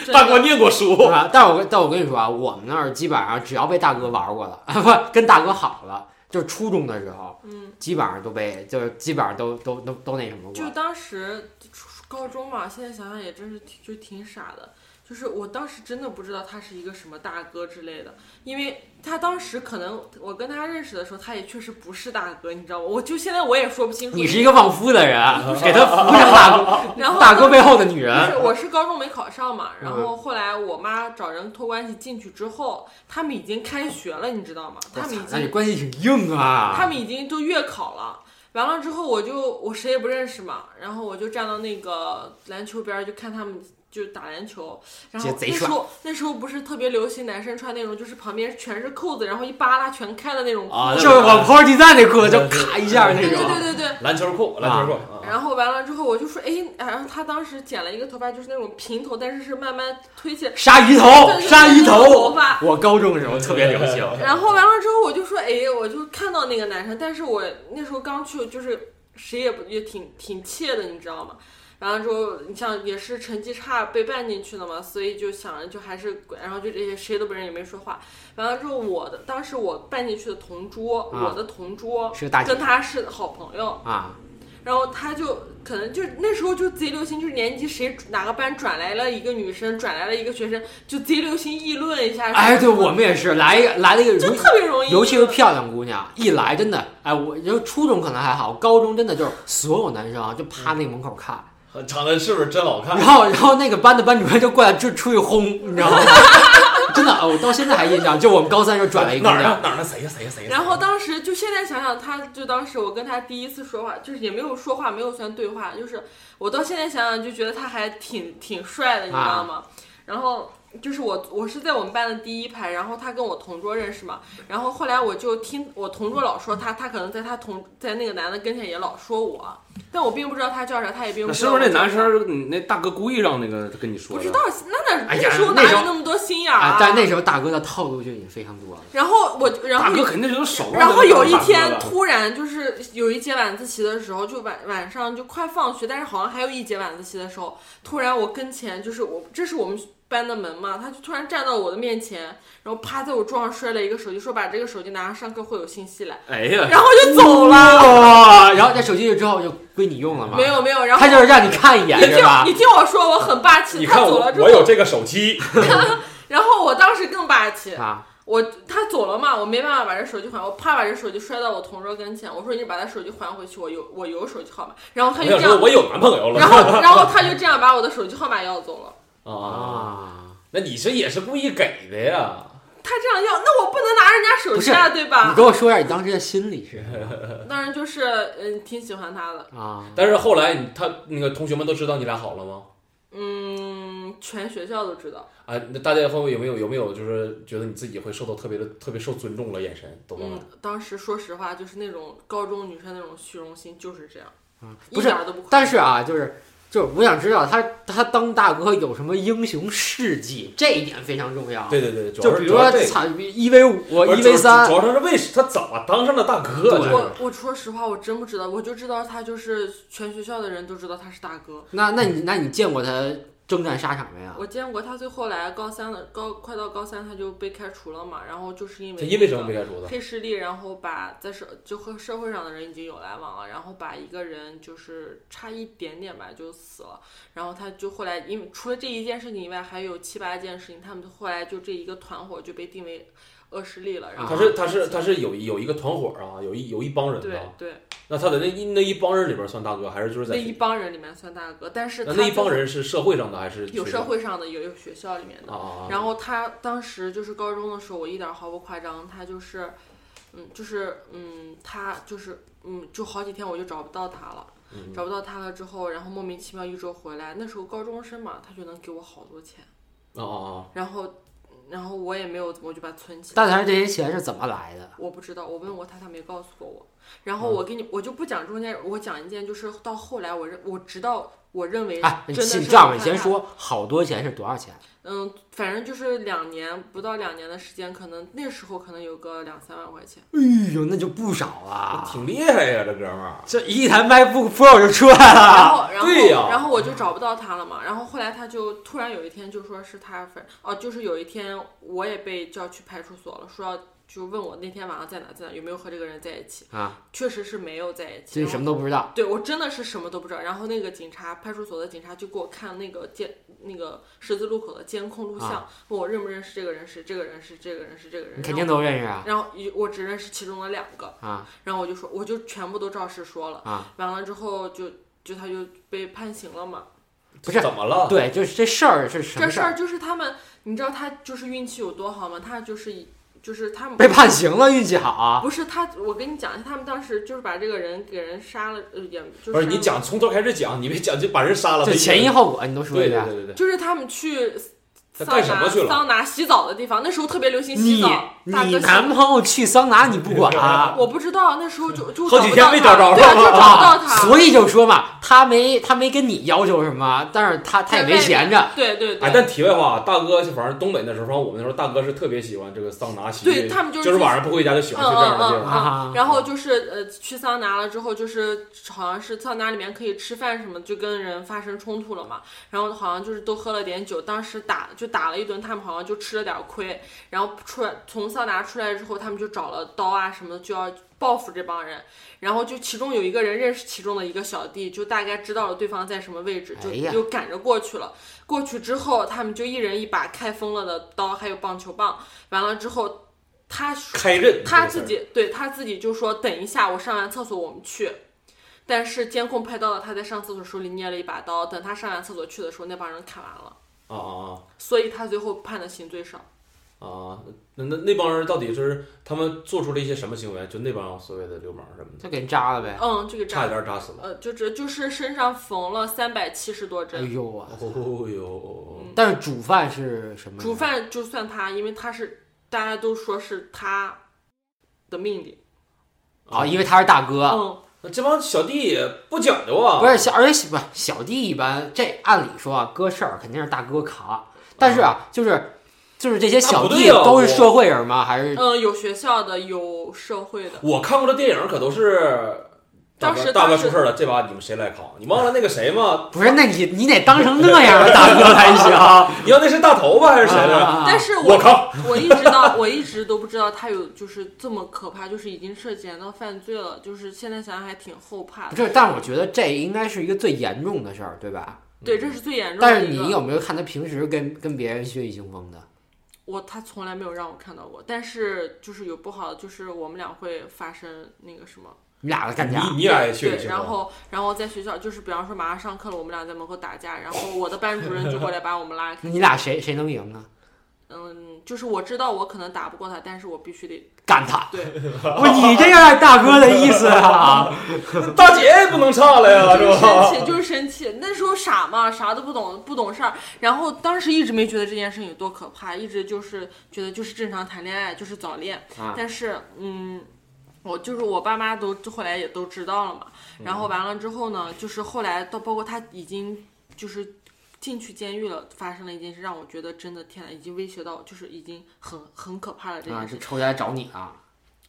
Speaker 4: 真的
Speaker 5: 大哥念过 书，
Speaker 3: 是吧？但是我跟但我跟你说啊，我们那儿基本上只要被大哥玩过了，不跟大哥好了，就是初中的时候，
Speaker 4: 嗯，
Speaker 3: 基本上都被就是基本上都都都都那什么
Speaker 4: 就
Speaker 3: 过。
Speaker 4: 当时初高中嘛，现在想想也真是挺就挺傻的。就是我当时真的不知道他是一个什么大哥之类的，因为他当时可能我跟他认识的时候，他也确实不是大哥，你知道吗？我就现在我也说不清楚。
Speaker 3: 你是一个旺夫的人，给他扶上大哥，
Speaker 4: 然后
Speaker 3: 大哥背后的女
Speaker 4: 不是，
Speaker 3: 人。
Speaker 4: 我是高中没考上嘛，然
Speaker 3: 嗯
Speaker 4: 后后来我妈找人托关系进去之后，他们已经开学了，你知道吗？他们已
Speaker 3: 那你
Speaker 4: 经
Speaker 3: 关系挺硬
Speaker 4: 他
Speaker 3: 啊！
Speaker 4: 们已经都月考了。完了之后，我就我谁也不认识嘛，然后我就站到那个篮球边儿，就看他们就打篮球。然后
Speaker 3: 这贼
Speaker 4: 那时
Speaker 3: 帅
Speaker 4: 候那时候不是特别流行男生穿那种，就是旁边全是扣子，然后一扒拉全开的那种裤
Speaker 5: 啊
Speaker 4: 子。
Speaker 3: 就是往 party 站那裤子就咔一下那
Speaker 4: 对对
Speaker 3: 种。啊
Speaker 4: 对对对，
Speaker 5: 篮球裤，篮球裤，啊
Speaker 4: 然后完了之后，我就说，哎，然后他当时剪了一个头发，就是那种平头，但是是慢慢推起来。
Speaker 3: 鲨鱼头，
Speaker 4: 对
Speaker 3: 哦鲨鱼
Speaker 4: 就是头
Speaker 3: 头
Speaker 4: 发，
Speaker 3: 我高中的时候特别流行。
Speaker 4: 然后完了之后，我就说，哎，我就看到那个男生，但是我那时候刚去，就是谁也不也挺挺怯的，你知道吗？完了之后，你像也是成绩差被办进去的嘛，所以就想着就还是，然后就这些谁都不认识，也没说话。完了之后，我的当时我办进去的同桌，
Speaker 3: 啊
Speaker 4: 我的同桌
Speaker 3: 是个大姐
Speaker 4: 跟他是好朋友，
Speaker 3: 啊，
Speaker 4: 然后他就可能就那时候就贼流行，就是年级谁哪个班转来了一个女生，转来了一个学生，就贼流行议论一下。
Speaker 3: 哎，对我们也是，来一个来了一个
Speaker 4: 就
Speaker 3: 如
Speaker 4: 特别容易，
Speaker 3: 尤其是漂亮姑娘，一来真的，哎，我就初中可能还好，高中真的就是所有男生啊，就趴那个门口看，
Speaker 5: 啊长得是不是真好看
Speaker 4: 嗯
Speaker 3: 然？后然后那个班的班主任就过来就出去轰，你知道吗？ 真的，哦我到现在还印象，就我们高三时候转了一姑
Speaker 5: 哪
Speaker 4: 啊
Speaker 5: 儿呢
Speaker 3: 娘，
Speaker 5: 哪儿呢啊谁呀谁呀谁呀？
Speaker 4: 然后当时就现在想想，他就当时我跟他第一次说话，就是也没有说话，没有算对话，就是我到现在想想就觉得他还挺挺帅的，你知
Speaker 5: 啊
Speaker 4: 道吗？然后就是我我是在我们班的第一排，然后他跟我同桌认识嘛，然后后来我就听我同桌老说他，他可能在他同在那个男的跟前也老说我，但我并不知道他叫啥，他也并
Speaker 5: 那
Speaker 4: 不知
Speaker 5: 是
Speaker 4: 道
Speaker 5: 不
Speaker 4: 我
Speaker 5: 是
Speaker 4: 叫
Speaker 5: 那
Speaker 4: 啥。
Speaker 5: 男生那大哥故意让那个跟你说
Speaker 4: 不
Speaker 5: 的？
Speaker 4: 知道，那哪
Speaker 3: 哎呀
Speaker 4: 那时候哪
Speaker 3: 那时
Speaker 4: 有
Speaker 3: 候
Speaker 4: 那么多心眼儿啊
Speaker 3: 啊！但那时候大哥的套路就已经非常多了。
Speaker 4: 然后我然后
Speaker 5: 大哥肯定就是熟了。
Speaker 4: 然后
Speaker 5: 那个
Speaker 4: 有一
Speaker 5: 大哥
Speaker 4: 天
Speaker 5: 了
Speaker 4: 突然就是有一节晚自习的时候，就晚晚上就快放学，但是好像还有一节晚自习的时候，突然我跟前就是我这是我们班的门嘛，他就突然站到我的面前，然后啪在我桌上摔了一个手机，说把这个手机拿上，上课会有信息来，
Speaker 5: 哎呀，
Speaker 4: 然后就走了。
Speaker 3: 哇！然后那手机之后就归你用了
Speaker 5: 嗯
Speaker 3: 嘛？
Speaker 4: 哎没，有没有，然后
Speaker 3: 他就是让你看一眼，
Speaker 4: 你
Speaker 3: 是
Speaker 4: 听
Speaker 3: 吧
Speaker 4: 你？听我说，我很霸气。
Speaker 5: 你
Speaker 4: 他
Speaker 5: 看我
Speaker 4: 走了之
Speaker 5: 我有
Speaker 4: 后，
Speaker 5: 这个手机，
Speaker 4: 然后我当时更霸气，
Speaker 3: 啊，
Speaker 4: 我他走了嘛，我没办法把这手机还，我啪把这手机摔到我同桌跟前，我说你把他手机还回去，我有我有手机号码，然后他
Speaker 5: 我
Speaker 4: 就
Speaker 5: 想
Speaker 4: 这样
Speaker 5: 说，我有男朋友了。
Speaker 4: 然后然后他就这样把我的手机号码要走了。
Speaker 5: 啊，
Speaker 3: 啊，
Speaker 5: 那你这也是故意给的呀？
Speaker 4: 他这样要，那我不能拿人家手机啊，对
Speaker 3: 你
Speaker 4: 吧？
Speaker 3: 跟我说一下你当时的心理是什
Speaker 4: 当然就是嗯，挺喜欢他的，
Speaker 3: 么啊？
Speaker 5: 但是后来你他那个同学们都知道你俩好了吗？
Speaker 4: 嗯，全学校都知道。
Speaker 5: 啊，那大家后面有没有有没有就是觉得你自己会受到特别的特别受尊重了？眼神都到哪
Speaker 4: 嗯
Speaker 5: 儿？，
Speaker 4: 当时说实话，就是那种高中女生那种虚荣心就是这样，一
Speaker 3: 嗯不是
Speaker 4: 点儿都不夸张。
Speaker 3: 但是啊，就是就是，我想知道他他当大哥有什么英雄事迹，这一点非常重要。
Speaker 5: 对对对，主
Speaker 3: 就
Speaker 5: 要是
Speaker 3: 比
Speaker 5: 主
Speaker 3: 如
Speaker 5: 要
Speaker 3: 说
Speaker 5: 是这个
Speaker 3: 操一 v 五、
Speaker 5: 不是
Speaker 3: 一
Speaker 5: 主
Speaker 3: v
Speaker 5: 要
Speaker 3: 三
Speaker 5: 主，要是为他怎么当上了大哥？
Speaker 3: 对
Speaker 5: 就是
Speaker 4: 我我说实话，我真不知道，我就知道他就是全学校的人都知道他是大哥。
Speaker 3: 那那你那你见过他征战沙场没
Speaker 5: 啊
Speaker 3: 啊有？
Speaker 4: 我见过他最后来高三的高快到高三他就被开除了嘛，然后就是因为
Speaker 5: 他因为什
Speaker 4: 那
Speaker 5: 么
Speaker 4: 个
Speaker 5: 被开除的？
Speaker 4: 黑势力，然后把在社就和社会上的人已经有来往了，然后把一个人就是差一点点吧就死了，然后他就后来因为除了这一件事情以外，还有七八件事情，他们就后来就这一个团伙就被定为恶势力了，然后
Speaker 5: 啊他是他是他是有一有一个团伙啊，有一有一帮人
Speaker 4: 啊对
Speaker 5: 的。啊
Speaker 4: 对，
Speaker 5: 那他在那一那一帮人里边算大哥，还是就是在
Speaker 4: 那一帮人里面算大哥，但是
Speaker 5: 那
Speaker 4: 他
Speaker 5: 那一帮
Speaker 4: 就是
Speaker 5: 人是社会上的还是
Speaker 4: 有
Speaker 5: 学
Speaker 4: 社
Speaker 5: 生
Speaker 4: 会上的，也有学校里面的。
Speaker 5: 啊啊啊？
Speaker 4: 然后他当时就是高中的时候，我一点儿毫不夸张，他就是，嗯，就是嗯，他就是嗯，就好几天我就找不到他了，
Speaker 5: 嗯
Speaker 4: 找不到他了之后，然后莫名其妙一周回来，那时候高中生嘛，他就能给我好多钱，
Speaker 5: 啊啊
Speaker 4: 然后，然后我也没有，我就把它存起来。
Speaker 3: 但是这些钱是怎么来的？
Speaker 4: 我不知道，我问过他，他没告诉过我。然
Speaker 3: 啊
Speaker 4: 后我给你，我就不讲中间，我讲一件，就是到后来我认，我直到我认为
Speaker 3: 哎，
Speaker 4: 真
Speaker 3: 你
Speaker 4: 的是
Speaker 3: 你这样吧，
Speaker 4: 我
Speaker 3: 你
Speaker 4: 看
Speaker 3: 先
Speaker 4: 他
Speaker 3: 说好多钱是多少钱？
Speaker 4: 嗯，反正就是两年不到两年的时间，可能那时候可能有个两三万块钱。
Speaker 3: 哎呦，那就不少
Speaker 5: 啊！
Speaker 3: 了。
Speaker 5: 挺厉害呀，这哥们儿。
Speaker 3: 这一台 MacBook Pro 就出来
Speaker 4: 然
Speaker 3: 了，
Speaker 4: 后，然后，
Speaker 5: 对呀
Speaker 4: 然后我就找不到他了嘛。然后后来他就突然有一天就说是他分哦，就是有一天我也被叫去派出所了，说要就问我那天晚上在哪在哪，有没有和这个人在一起
Speaker 3: 啊？
Speaker 4: 确实是没有在一起，
Speaker 3: 这
Speaker 4: 然后
Speaker 3: 什么都不知道。
Speaker 4: 对我真的是什么都不知道。然后那个警察派出所的警察就给我看那个监那个十字路口的监控录像，
Speaker 3: 啊
Speaker 4: 问我认不认识这个人是这个人是这个人是这个人，
Speaker 3: 你肯定都认识啊
Speaker 4: 然后。然后一我只认识其中的两个，
Speaker 3: 啊
Speaker 4: 然后我就说我就全部都照实说了。
Speaker 3: 啊！
Speaker 4: 完了之后就就他就被判刑了嘛。
Speaker 3: 不是
Speaker 5: 怎么了？
Speaker 3: 对，就是这事儿是什
Speaker 4: 这
Speaker 3: 么
Speaker 4: 事
Speaker 3: 儿？
Speaker 4: 儿就是他们，你知道他就是运气有多好吗？他就是以就是他们
Speaker 3: 被判刑了，运气好啊。
Speaker 4: 不是他，我跟你讲一下，他们当时就是把这个人给人杀了，呃，也就是
Speaker 5: 不是
Speaker 4: 杀
Speaker 5: 你
Speaker 4: 了
Speaker 5: 讲，从头开始讲，你别讲就把人杀了。
Speaker 3: 就前因后果，你都说
Speaker 5: 对
Speaker 3: 一
Speaker 5: 对
Speaker 3: 遍。
Speaker 5: 对对对，
Speaker 4: 就是他们去
Speaker 5: 他
Speaker 4: 桑拿
Speaker 5: 干什么去了
Speaker 4: 桑拿洗澡的地方，那时候特别流行洗
Speaker 3: 你
Speaker 4: 澡。大
Speaker 3: 你
Speaker 4: 哥洗
Speaker 3: 男朋友去桑拿你不管、啊
Speaker 4: 我不知道，那时候就就
Speaker 5: 好
Speaker 4: 找
Speaker 5: 几
Speaker 4: 不
Speaker 5: 天
Speaker 4: 到
Speaker 5: 没
Speaker 4: 他
Speaker 5: 找着
Speaker 4: 对啊，
Speaker 5: 了
Speaker 4: 就找不到他。
Speaker 3: 所以就说嘛，他没他没跟你要求什么，但是他他也没闲着。
Speaker 4: 对对对，
Speaker 5: 哎，但题外话，大哥反正东北那时候，反正我们那时候大哥是特别喜欢这个桑拿洗浴，
Speaker 4: 对他们就
Speaker 5: 就是是晚上不回家就喜欢去这样的地
Speaker 4: 嗯
Speaker 5: 方。
Speaker 3: 啊
Speaker 4: 然后就是呃，去桑拿了之后，就是好像是桑拿里面可以吃饭什么，就跟人发生冲突了嘛。然后好像就是都喝了点酒，当时打就打了一顿，他们好像就吃了点亏。然后出来从桑拿出来之后，他们就找了刀啊什么的，就要报复这帮人。然后就其中有一个人认识其中的一个小弟，就大概知道了对方在什么位置，就、
Speaker 3: 哎呀
Speaker 4: 就赶着过去了。过去之后，他们就一人一把开封了的刀，还有棒球棒。完了之后，他说
Speaker 5: 开刃，
Speaker 4: 他自己对他自己就说等一下，我上完厕所我们去。但是监控拍到了他在上厕所手里捏了一把刀，等他上完厕所去的时候，那帮人砍完了，
Speaker 5: 啊啊啊！
Speaker 4: 所以他最后判的刑最少。
Speaker 5: 啊，那那那帮人到底是他们做出了一些什么行为？就那帮所谓的流氓什么的，
Speaker 3: 就给人扎了呗。
Speaker 4: 嗯，这个
Speaker 5: 差
Speaker 4: 扎，
Speaker 5: 点扎死了。
Speaker 4: 呃，就这就是身上缝了三百七十多
Speaker 3: 哎
Speaker 4: 针。
Speaker 3: 呦我操！
Speaker 5: 哦呦，
Speaker 3: 但是主犯是什么人？
Speaker 4: 主犯就算他，因为他是大家都说是他的命令。
Speaker 3: 啊，因为他是大哥，
Speaker 4: 嗯，
Speaker 5: 那这帮小弟也不讲究啊，
Speaker 3: 不是小，而且小不小弟一般，这按理说啊，搁事儿肯定是大哥扛。但是啊，就是就是这些小弟
Speaker 5: 那不对哦
Speaker 3: 都是社会人吗？还是
Speaker 4: 嗯，有学校的，有社会的，
Speaker 5: 我看过的电影可都是。大
Speaker 4: 当
Speaker 5: 哥，
Speaker 4: 时
Speaker 5: 大哥
Speaker 4: 当时
Speaker 5: 出事儿了，这把你们谁来扛？你忘了那个谁吗？
Speaker 3: 不是？那你你得当成那样的啊大哥才行。
Speaker 5: 你要那是大头 发还是谁
Speaker 3: 啊
Speaker 5: 来？
Speaker 3: 啊啊
Speaker 4: 但是
Speaker 5: 我
Speaker 4: 我
Speaker 5: 扛，
Speaker 4: 我一直到我一直都不知道他有就是这么可怕，就是已经涉嫌到犯罪了，就是现在想想还挺后怕
Speaker 3: 不
Speaker 4: 的。
Speaker 3: 是，但我觉得这应该是一个最严重的事儿，对吧？
Speaker 4: 对，这是最严重的一
Speaker 3: 但
Speaker 4: 个。
Speaker 3: 是你有没有看他平时跟跟别人血雨腥风的？
Speaker 4: 我他从来没有让我看到过，但是就是有不好的，就是我们俩会发生那个什么，
Speaker 3: 你俩干架？
Speaker 5: 你你俩也去
Speaker 4: 对，
Speaker 5: 行
Speaker 4: 然
Speaker 5: 吗？
Speaker 4: 后然后在学校就是比方说马上上课了，我们俩在门口打架，然后我的班主任就过来把我们拉开，
Speaker 3: 你俩谁谁能赢啊？
Speaker 4: 嗯，就是我知道我可能打不过他，但是我必须得
Speaker 3: 干他！
Speaker 4: 对，
Speaker 3: 不，你这样大哥的意思啊？
Speaker 5: 大姐也不能差了呀，
Speaker 4: 就是是
Speaker 5: 吧？
Speaker 4: 生气，就是生气。那时候傻嘛，啥都不懂，不懂事儿。然后当时一直没觉得这件事情有多可怕，一直就是觉得就是正常谈恋爱，就是早恋。
Speaker 3: 啊
Speaker 4: 但是，嗯，我就是我爸妈都后来也都知道了嘛。然后完了之后呢，就是后来到包括他已经就是。进去监狱了，发生了一件事，让我觉得真的天呐，已经威胁到，就是已经很很可怕了这件
Speaker 3: 啊，
Speaker 4: 事情
Speaker 3: 这。仇家来找你啊？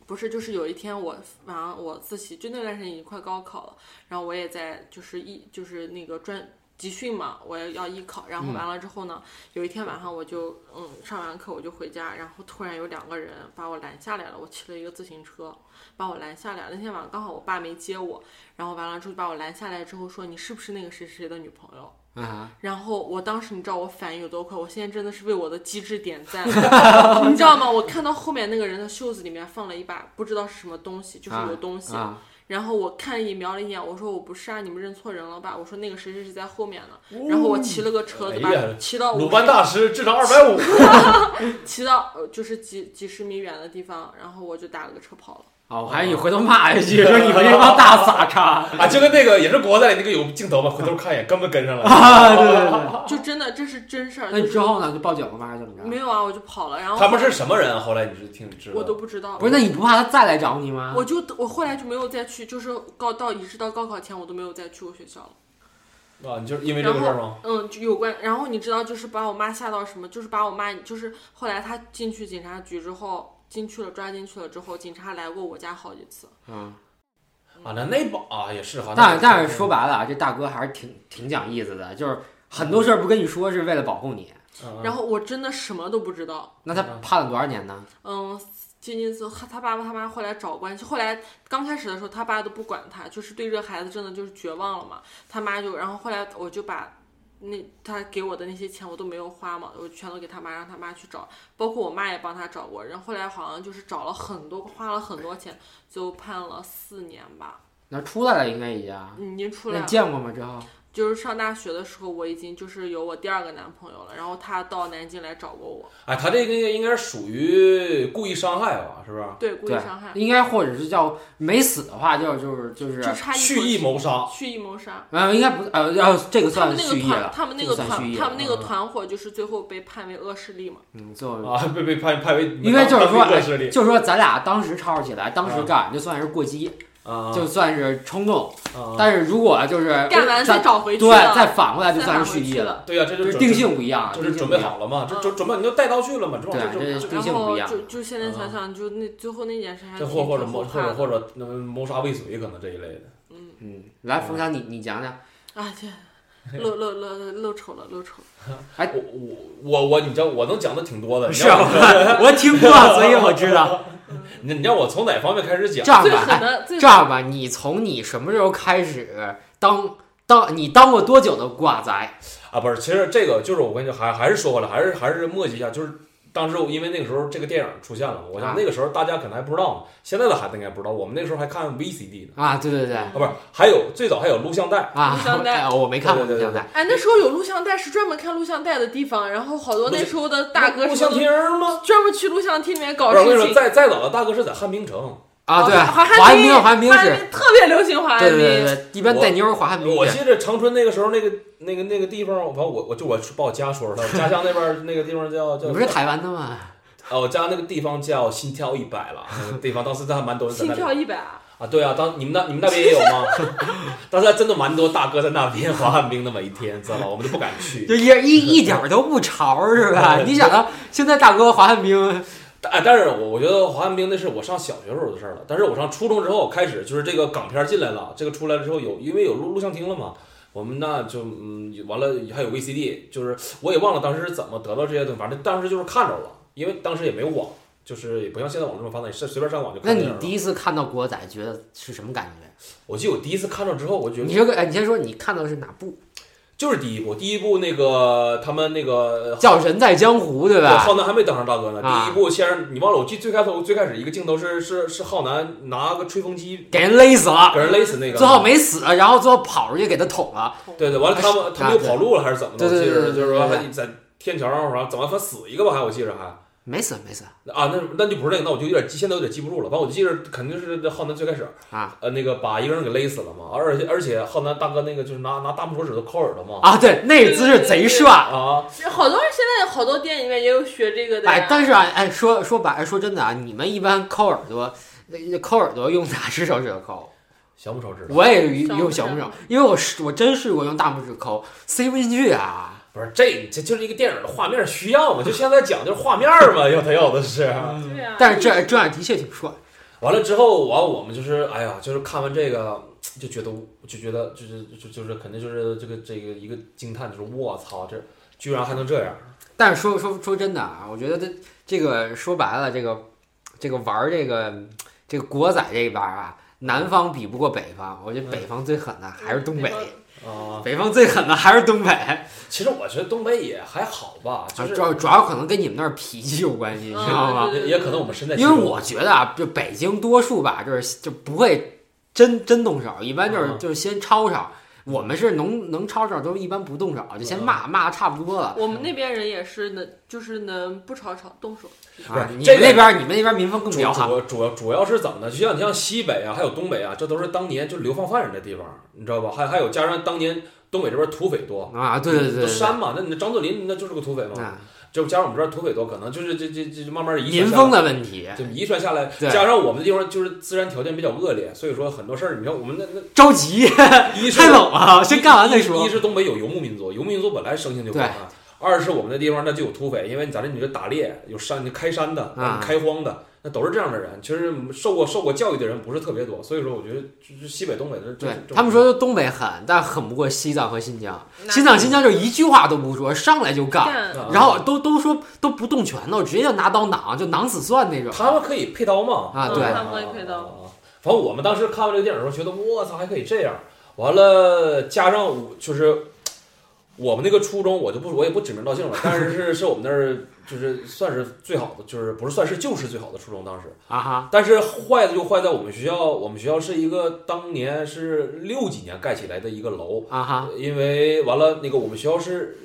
Speaker 4: 不是，就是有一天我晚上我自习，就那段时间已经快高考了，然后我也在就是一就是那个专集训嘛，我也要艺考，然后完了之后呢，有一天晚上我就嗯上完课我就回家，然后突然有两个人把我拦下来了，我骑了一个自行车把我拦下来了，那天晚上刚好我爸没接我，然后完了之后把我拦下来之后说你是不是那个谁谁谁的女朋友？
Speaker 3: 啊，
Speaker 4: 然后我当时你知道我反应有多快，我现在真的是为我的机智点赞， 你知道吗？我看到后面那个人的袖子里面放了一把不知道是什么东西，就是有东西。
Speaker 3: 啊
Speaker 4: 然后我看一眼瞄了一眼，我说我不是啊，你们认错人了吧？我说那个谁谁谁在后面呢。然后我骑了个车子吧，
Speaker 5: 哎呀
Speaker 4: 骑到
Speaker 5: 鲁
Speaker 4: 五
Speaker 5: 班
Speaker 4: 十，
Speaker 5: 大师智商二百五，
Speaker 4: 骑到呃就是几几十米远的地方，然后我就打了个车跑了。
Speaker 3: 啊！我还以为你回头骂一句，说你们这帮大 傻叉
Speaker 5: 啊，就跟那个也是国仔里那个有镜头嘛，回头看一眼，根本跟上 了。
Speaker 3: 啊！对对对。
Speaker 4: 就真的这是真事儿。
Speaker 3: 那
Speaker 4: 就
Speaker 3: 你
Speaker 4: 是
Speaker 3: 之后呢？就报警了吗？还是怎么
Speaker 4: 没
Speaker 3: 着？
Speaker 4: 有啊，我就跑了。然后
Speaker 5: 他们是什么人？后来你是听知道
Speaker 4: 我都不知道，
Speaker 3: 不是，那你不怕他再来找你吗？
Speaker 4: 我就我后来就没有再去，就是高到一直到高考前，我都没有再去过学校了。
Speaker 5: 啊，你就是因为这
Speaker 4: 然
Speaker 5: 个事儿吗
Speaker 4: 后？嗯，就有关，然后你知道就是把我妈吓到什么，就是把我妈就是后来她进去警察局之后，进去了抓进去了之后，警察来过我家好几次。
Speaker 3: 嗯，
Speaker 5: 啊，那那帮啊也是哈。
Speaker 3: 但
Speaker 5: 那
Speaker 3: 但是说白了啊，这大哥还是挺挺讲义气的，就是很多事儿不跟你说是为了保护你。
Speaker 5: 嗯，
Speaker 4: 然后我真的什么都不知道，
Speaker 3: 那他判了多少年呢？
Speaker 4: 嗯。进进次，他他爸爸他妈后来找关系，后来刚开始的时候，他爸都不管他，就是对这个孩子真的就是绝望了嘛。他妈就，然后后来我就把那他给我的那些钱我都没有花嘛，我全都给他妈，让他妈去找，包括我妈也帮他找过。然后后来好像就是找了很多，花了很多钱，就判了四年吧。嗯
Speaker 3: 那出来了应该已经啊。
Speaker 4: 已经出来
Speaker 3: 那
Speaker 4: 了，
Speaker 3: 见过吗？之后
Speaker 4: 就是上大学的时候，我已经就是有我第二个男朋友了，然后他到南京来找过我，
Speaker 5: 哎，他这个应该是属于故意伤害吧？是不是？
Speaker 4: 对，故意
Speaker 3: 对
Speaker 4: 伤害，
Speaker 3: 应该或者是叫没死的话，就就是就是
Speaker 4: 就，差一
Speaker 5: 蓄意谋杀。
Speaker 4: 蓄意谋杀。
Speaker 3: 呃，应该不呃，要这个
Speaker 4: 他
Speaker 3: 算
Speaker 4: 们那
Speaker 3: 蓄
Speaker 4: 个
Speaker 3: 意了
Speaker 4: 团，，他们那
Speaker 3: 这
Speaker 4: 个
Speaker 3: 算蓄
Speaker 4: 团，
Speaker 3: 意
Speaker 4: 他
Speaker 3: 了。
Speaker 4: 们那个团伙就是最后被判为恶势力嘛。
Speaker 3: 嗯，最后
Speaker 5: 啊，被被判判为
Speaker 3: 因为就是说，
Speaker 5: 当地
Speaker 3: 哎
Speaker 5: 恶势力
Speaker 3: 就是说咱俩当时吵吵起来，当时
Speaker 5: 嗯
Speaker 3: 干就算是过激，
Speaker 5: 啊，
Speaker 3: 就算是冲动。
Speaker 5: 啊
Speaker 3: 但是如果就是
Speaker 4: 干完再
Speaker 3: 再
Speaker 4: 找回去啊
Speaker 3: 对，
Speaker 4: 了，
Speaker 3: 再反过来就
Speaker 4: 再
Speaker 3: 算
Speaker 4: 返
Speaker 3: 是
Speaker 4: 回
Speaker 3: 蓄意
Speaker 4: 去
Speaker 3: 了，
Speaker 5: 对呀，这
Speaker 3: 就
Speaker 5: 就是准
Speaker 3: 定，性不一样，
Speaker 5: 就是
Speaker 3: 定性
Speaker 5: 准
Speaker 3: 不一
Speaker 5: 备
Speaker 3: 样。
Speaker 5: 好了嘛，就
Speaker 4: 嗯
Speaker 5: 就准备，你都带刀去了嘛，这
Speaker 3: 对，啊
Speaker 5: 这
Speaker 3: 这
Speaker 5: 这
Speaker 3: 定性
Speaker 4: 然
Speaker 3: 不一
Speaker 4: 后
Speaker 3: 样嗯
Speaker 4: 就。就现在想想，就那最后那件事还
Speaker 5: 这
Speaker 4: 挺
Speaker 5: 或或者
Speaker 4: 挺
Speaker 5: 谋
Speaker 4: 后
Speaker 5: 或
Speaker 4: 怕
Speaker 5: 者
Speaker 4: 的。
Speaker 5: 或者呃谋杀未遂，可能这一类的。
Speaker 3: 嗯，来，冯强，你你讲讲，
Speaker 4: 啊天，露露露露丑了，露丑了。
Speaker 5: 我我我我，你知道我能讲的 挺多的，你
Speaker 3: 是
Speaker 5: 让
Speaker 3: 啊
Speaker 5: 我，
Speaker 3: 我听 过，所以我知道。
Speaker 5: 你你让我从哪方面开始讲
Speaker 3: 这？样
Speaker 4: 最
Speaker 3: 吧，
Speaker 4: 狠
Speaker 3: 哎
Speaker 4: 的最
Speaker 3: 这样吧，你从你什么时候开始当当你当过多久的瓜仔？
Speaker 5: 啊，不是，其实这个就是我跟你说，还还是说回来，还是还是墨迹一下，就是当时我因为那个时候这个电影出现了嘛，我
Speaker 4: 啊
Speaker 5: 想那个时候大家可能还不知道嘛，现在的孩子应该不知道，我们那个时候还看 VCD 呢，
Speaker 3: 啊，对对对
Speaker 5: 啊，不是，还有最早还有录像带，
Speaker 3: 啊，
Speaker 4: 录像带
Speaker 3: 哎我没看过
Speaker 5: 对
Speaker 3: 录
Speaker 5: 对
Speaker 3: 像
Speaker 5: 对
Speaker 3: 带，
Speaker 4: 哎，那时候有录像带是专门看录像带的地方，然后好多那时候的大哥
Speaker 5: 录
Speaker 4: 什
Speaker 5: 像
Speaker 4: 么
Speaker 5: 厅
Speaker 4: 的
Speaker 5: 儿吗？
Speaker 4: 专门去录像厅里面搞
Speaker 5: 不是，我跟
Speaker 4: 事
Speaker 5: 你说，
Speaker 4: 情。哦
Speaker 5: 再再早的大哥是在汉滨城，
Speaker 3: 啊，对，
Speaker 4: 华
Speaker 3: 华
Speaker 4: 汉
Speaker 3: 彬，华彬
Speaker 4: 华
Speaker 3: 是，
Speaker 4: 特别流行华
Speaker 3: 对
Speaker 4: 汉
Speaker 3: 对对
Speaker 4: 滨，
Speaker 3: 对，一般带妞儿华汉彬
Speaker 5: 我
Speaker 3: 是，
Speaker 5: 记得长春那个时候那个那个那个地方，我反正我我就我把我家说出来，我家乡那边儿那个地 方叫叫
Speaker 3: 你不是台湾的吗？
Speaker 5: 啊，我家那个地方叫心跳一百了，那个地方当时他还蛮多人在
Speaker 4: 心
Speaker 5: 那
Speaker 4: 跳
Speaker 5: 里
Speaker 4: 一百啊，
Speaker 5: 啊，对啊，当你们那你们那边也有吗？ 当时还真的蛮多大哥在那边滑旱冰那么一天，知道吧？我们都不敢去。
Speaker 3: 就一一一点儿都不潮是吧？你想到现在大哥华汉彬，
Speaker 5: 但哎但是我我觉得滑旱冰那是我上小学时候的事儿了，但是我上初中之后开始就是这个港片儿进来了，这个出来之后有因为有录录像厅了嘛，我们那就嗯完了还有 VCD，就是我也忘了当时是怎么得到这些东西，反正当时就是看着了，因为当时也没有网，就是也不像现在网络这么发达，你是随便上网就
Speaker 3: 那
Speaker 5: 看电
Speaker 3: 你
Speaker 5: 影了。
Speaker 3: 第一次看到国仔，觉得是什么感觉？
Speaker 5: 我记得我第一次看到之后，我觉
Speaker 3: 你
Speaker 5: 得
Speaker 3: 这个，哎，你先说你看到的是哪部？
Speaker 5: 就是第一部，第一部那个他们那个
Speaker 3: 叫《人在江湖》对吧？
Speaker 5: 浩南还没登上大哥呢。
Speaker 3: 啊
Speaker 5: 第一部先是你忘了，我记得最开头最开始一个镜头是是是浩南拿个吹风机
Speaker 3: 给人勒死了，
Speaker 5: 给人勒死那个，
Speaker 3: 最后没死，然后最后跑出去给他捅了。
Speaker 5: 对对，完了他们他们又跑路了还是怎么的？
Speaker 3: 啊对
Speaker 5: 我
Speaker 3: 对
Speaker 5: 记
Speaker 3: 对对
Speaker 5: 着就是
Speaker 3: 对
Speaker 5: 说
Speaker 3: 对
Speaker 5: 还在天桥上，然后怎么还死一个吧？还我记着还
Speaker 3: 没死，没死
Speaker 5: 啊，那那就不是那个，那我就有点记，现在有点记不住了。完，我记着肯定是浩南最开始
Speaker 3: 啊
Speaker 5: 呃那个把一个人给勒死了嘛，而且而且浩南大哥那个就是拿拿大拇手指头抠耳朵嘛
Speaker 3: 啊！对，那个姿势贼帅。
Speaker 5: 啊，
Speaker 4: 好多人现在好多电影里面也有学这个的
Speaker 3: 哎
Speaker 4: 呀，。
Speaker 3: 但是啊，哎，说说白，说真的啊，你们一般抠耳朵，呃抠耳朵用哪只手指头抠？
Speaker 5: 小拇手指头
Speaker 3: 我也是
Speaker 4: 小拇
Speaker 3: 用小拇
Speaker 4: 指
Speaker 3: 手，因为我试我真试过用大拇指抠，塞不进去啊。
Speaker 5: 不是这这就是一个电影的画面需要嘛，就现在讲就是画面嘛，要他要的是。
Speaker 4: 对啊呀
Speaker 3: 但是这这样的确挺帅。
Speaker 5: 完了之后，完我们就是哎呀，就是看完这个就觉得就觉得就是就就是肯定就是这个这个一个惊叹，就是我操，这居然还能这样！
Speaker 3: 但是说说说真的啊，我觉得这这个说白了，这个这个玩儿这个这个国仔这一边儿啊，南方比不过北方，我觉得北方最狠的还是东北，
Speaker 5: 啊、
Speaker 3: 北方最狠的还是东北，
Speaker 5: 其实我觉得东北也还好吧，就
Speaker 3: 主
Speaker 5: 是
Speaker 3: 主要主要可能跟你们那儿脾气有关系，你知道吗？
Speaker 5: 也也可能我们身在其
Speaker 3: 因
Speaker 5: 中。
Speaker 3: 为我觉得啊，就北京多数吧，就是就不会真真动手，一般就是、
Speaker 5: 嗯
Speaker 3: 就是先吵吵。我们是能能吵吵，都一般不动手，就先
Speaker 5: 嗯
Speaker 3: 骂、骂差不多了。
Speaker 4: 我们那边人也是能，就是能不吵吵动手。
Speaker 5: 不是
Speaker 3: 啊，你
Speaker 5: 这
Speaker 3: 们
Speaker 5: 个
Speaker 3: 那边儿你们那边儿民风更
Speaker 5: 主
Speaker 3: 彪悍
Speaker 5: 主主要主要是怎么呢？就像你像西北啊，还有东北啊，这都是当年就流放犯人的地方，你知道吧？还还有加上当年东北这边土匪多，
Speaker 3: 啊！对对对
Speaker 5: 都
Speaker 3: 对
Speaker 5: 山嘛，那你那张作霖那就是个土匪嘛，
Speaker 3: 啊，
Speaker 5: 就加上我们这边土匪多，可能就是这这这这慢慢遗传
Speaker 3: 民
Speaker 5: 下来
Speaker 3: 风的问题，
Speaker 5: 就遗传下来，
Speaker 3: 哎对
Speaker 5: 加上我们的地方就是自然条件比较恶劣，所以说很多事儿，你看我们那那
Speaker 3: 着急
Speaker 5: 一是
Speaker 3: 哎太冷了，先干完再
Speaker 5: 一
Speaker 3: 说
Speaker 5: 一。是东北有游牧民族，游牧民族本来生性就彪悍；二是我们那地方那就有土匪，因为你咱这你这打猎有山，你开山的、
Speaker 3: 啊
Speaker 5: 开荒的，那都是这样的人。其实受过受过教育的人不是特别多，所以说我觉得就是西北东北的这
Speaker 3: 对
Speaker 5: 这种
Speaker 3: 他们说东北狠，但狠不过西藏和新疆。
Speaker 4: 那
Speaker 3: 西藏、新疆就一句话都不说，上来就干，
Speaker 4: 干
Speaker 5: 啊
Speaker 3: 然后都都说都不动拳头，直接就拿刀攮，就攮死算那种。
Speaker 5: 他们可以配刀嘛？
Speaker 3: 啊
Speaker 4: 嗯
Speaker 3: 对
Speaker 4: 他们可以配刀。
Speaker 5: 反正我们当时看完这个电影的时候，觉得我操还可以这样。完了，加上我就是我们那个初中，我就不我也不指名道姓了，但是是是我们那儿就是算是最好的，就是不是算是就是最好的初中当时。
Speaker 3: 啊哈，
Speaker 5: 但是坏的就坏在我们学校，我们学校是一个当年是六几年盖起来的一个楼，
Speaker 3: 啊哈，
Speaker 5: 因为完了，那个我们学校是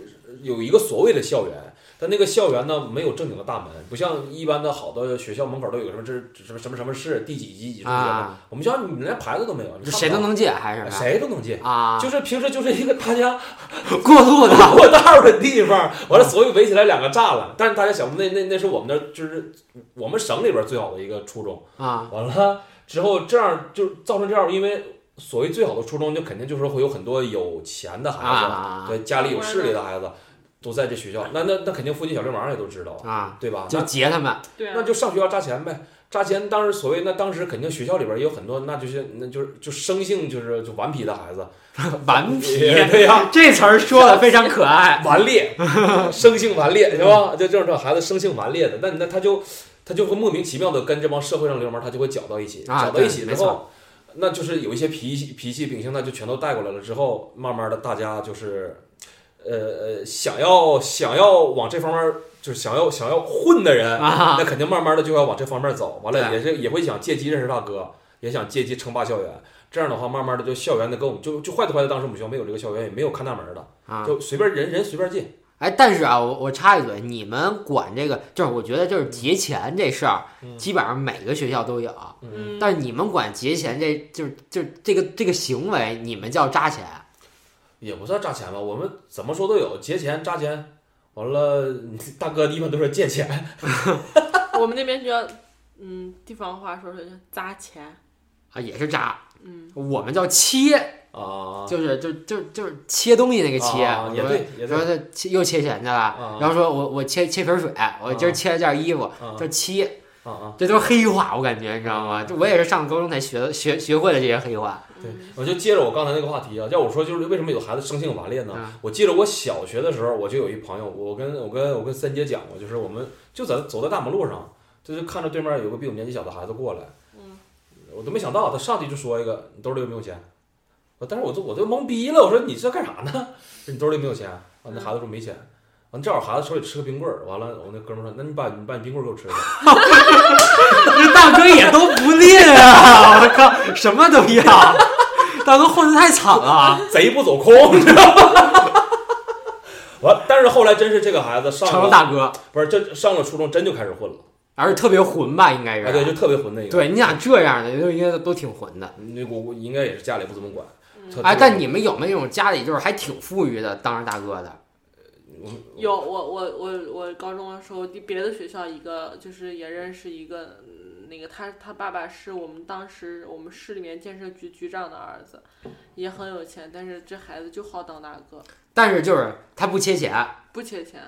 Speaker 5: 有一个所谓的校园，但那个校园呢没有正经的大门，不像一般的好的学校门口都有个什么这什么什么什么市第几级几处学
Speaker 3: 啊
Speaker 5: 我们学校你连牌子都没有，你
Speaker 3: 就
Speaker 5: 看不
Speaker 3: 谁都
Speaker 5: 到
Speaker 3: 能进还是什么？
Speaker 5: 谁都能进。
Speaker 3: 啊，
Speaker 5: 就是平时就是一个大家
Speaker 3: 过路 的
Speaker 5: 过道的地方， 完了所以围起来两个栅栏。但是大家想，那那那是我们那儿就是我们省里边最好的一个初中。
Speaker 3: 啊，
Speaker 5: 完了之后这样就造成这样，因为所谓最好的初中，就肯定就是会有很多有钱的孩子，
Speaker 3: 啊
Speaker 5: 对家里有势力的孩子都在这学校，那那那肯定附近小流氓也都知道，
Speaker 3: 啊，
Speaker 5: 对吧？
Speaker 3: 就
Speaker 5: 那
Speaker 3: 截他 们
Speaker 4: 对啊，
Speaker 5: 那就上学校扎钱呗。扎钱，当时所谓那当时肯定学校里边也有很多，那就是那就是就生性就是就顽皮的孩子，
Speaker 3: 顽皮，
Speaker 5: 对呀、
Speaker 3: 这词儿说的非常可爱。
Speaker 5: 顽劣，生性顽
Speaker 3: 嗯
Speaker 5: 劣，是吧？就这种孩子生性顽劣的，那那他就他就会莫名其妙的跟这帮社会上流氓，他就会搅到一起，
Speaker 3: 啊
Speaker 5: 搅到一起
Speaker 3: 对没
Speaker 5: 之
Speaker 3: 错
Speaker 5: 后，那就是有一些脾气脾气秉性，那就全都带过来了。之后慢慢的，大家就是呃呃，想要想要往这方面就是想要想要混的人，
Speaker 3: 啊
Speaker 5: 那肯定慢慢的就要往这方面走。完了
Speaker 3: 对
Speaker 5: 也是也会想借机认识大哥，也想借机称霸校园。这样的话，慢慢的就校园的跟我们就就坏就坏在当时我们学校没有这个校园，也没有看大门的，
Speaker 3: 啊！
Speaker 5: 就随便人人随便进。
Speaker 3: 哎，但是啊，我我插一嘴，你们管这个，就是我觉得就是节前这事儿，
Speaker 5: 嗯
Speaker 3: 基本上每个学校都有。
Speaker 5: 嗯，
Speaker 4: 嗯，
Speaker 3: 但是你们管节前这就是就是这个这个行为，你们叫扎钱。
Speaker 5: 也不算诈钱吧，我们怎么说都有，节钱、扎钱，完了 大哥一般都说借钱，
Speaker 4: 我们那边叫，嗯，地方话说说叫砸钱，
Speaker 3: 啊，也是扎，
Speaker 4: 嗯，
Speaker 3: 我们叫切，
Speaker 5: 啊，
Speaker 3: 就是就就就是切东西那个切，
Speaker 5: 啊也对也
Speaker 3: 说
Speaker 5: 对，
Speaker 3: 他切又切钱去了，
Speaker 5: 啊
Speaker 3: 然后说我我切切瓶水，我
Speaker 5: 哦
Speaker 3: 今儿切了件衣服，
Speaker 5: 啊
Speaker 3: 叫切，
Speaker 5: 啊啊，
Speaker 3: 这都是黑话，我感觉你知道吗？
Speaker 5: 啊
Speaker 3: 这我也是上高中才学学学会的这些黑话。
Speaker 5: 对，
Speaker 4: 嗯
Speaker 5: 我就接着我刚才那个话题啊，要我说就是为什么有孩子生性顽劣呢？
Speaker 3: 嗯
Speaker 5: 我记得我小学的时候，我就有一朋友，我跟我跟我跟三姐讲过，就是我们就在走在大马路上，就是看着对面有个比我们年纪小的孩子过来，
Speaker 4: 嗯，
Speaker 5: 我都没想到，他上去就说一个你兜里有没有钱？我当时我就我就懵逼了，我说你这干啥呢？你兜里有没有钱？完那孩子说没钱。完正好孩子手里吃个冰棍儿，完了我那哥们儿说，那你把你把你冰棍儿给我吃了。
Speaker 3: 这大哥也都不吝啊，我靠，什么都要，大哥混的太惨了，啊
Speaker 5: 贼不走空，你知道吗？ 完，但是后来真是这个孩子上
Speaker 3: 成了
Speaker 5: 了
Speaker 3: 大哥，
Speaker 5: 不是真上了初中，真就开始混了。
Speaker 3: 而且特别混吧，应该是。
Speaker 5: 哎，对，就特别混那个。
Speaker 3: 啊对，你想这样的都应该都挺混的。
Speaker 5: 那我我应该也是家里不怎么管。特
Speaker 3: 哎，
Speaker 5: 特别
Speaker 3: 但你们有没有那种家里就是还挺富裕的，当着大哥的？
Speaker 4: 有我我我我高中的时候，别的学校一个就是也认识一个，嗯那个他他爸爸是我们当时我们市里面建设局局长的儿子，也很有钱，但是这孩子就好当大哥，
Speaker 3: 但是就是他不缺钱，啊
Speaker 4: 不缺钱，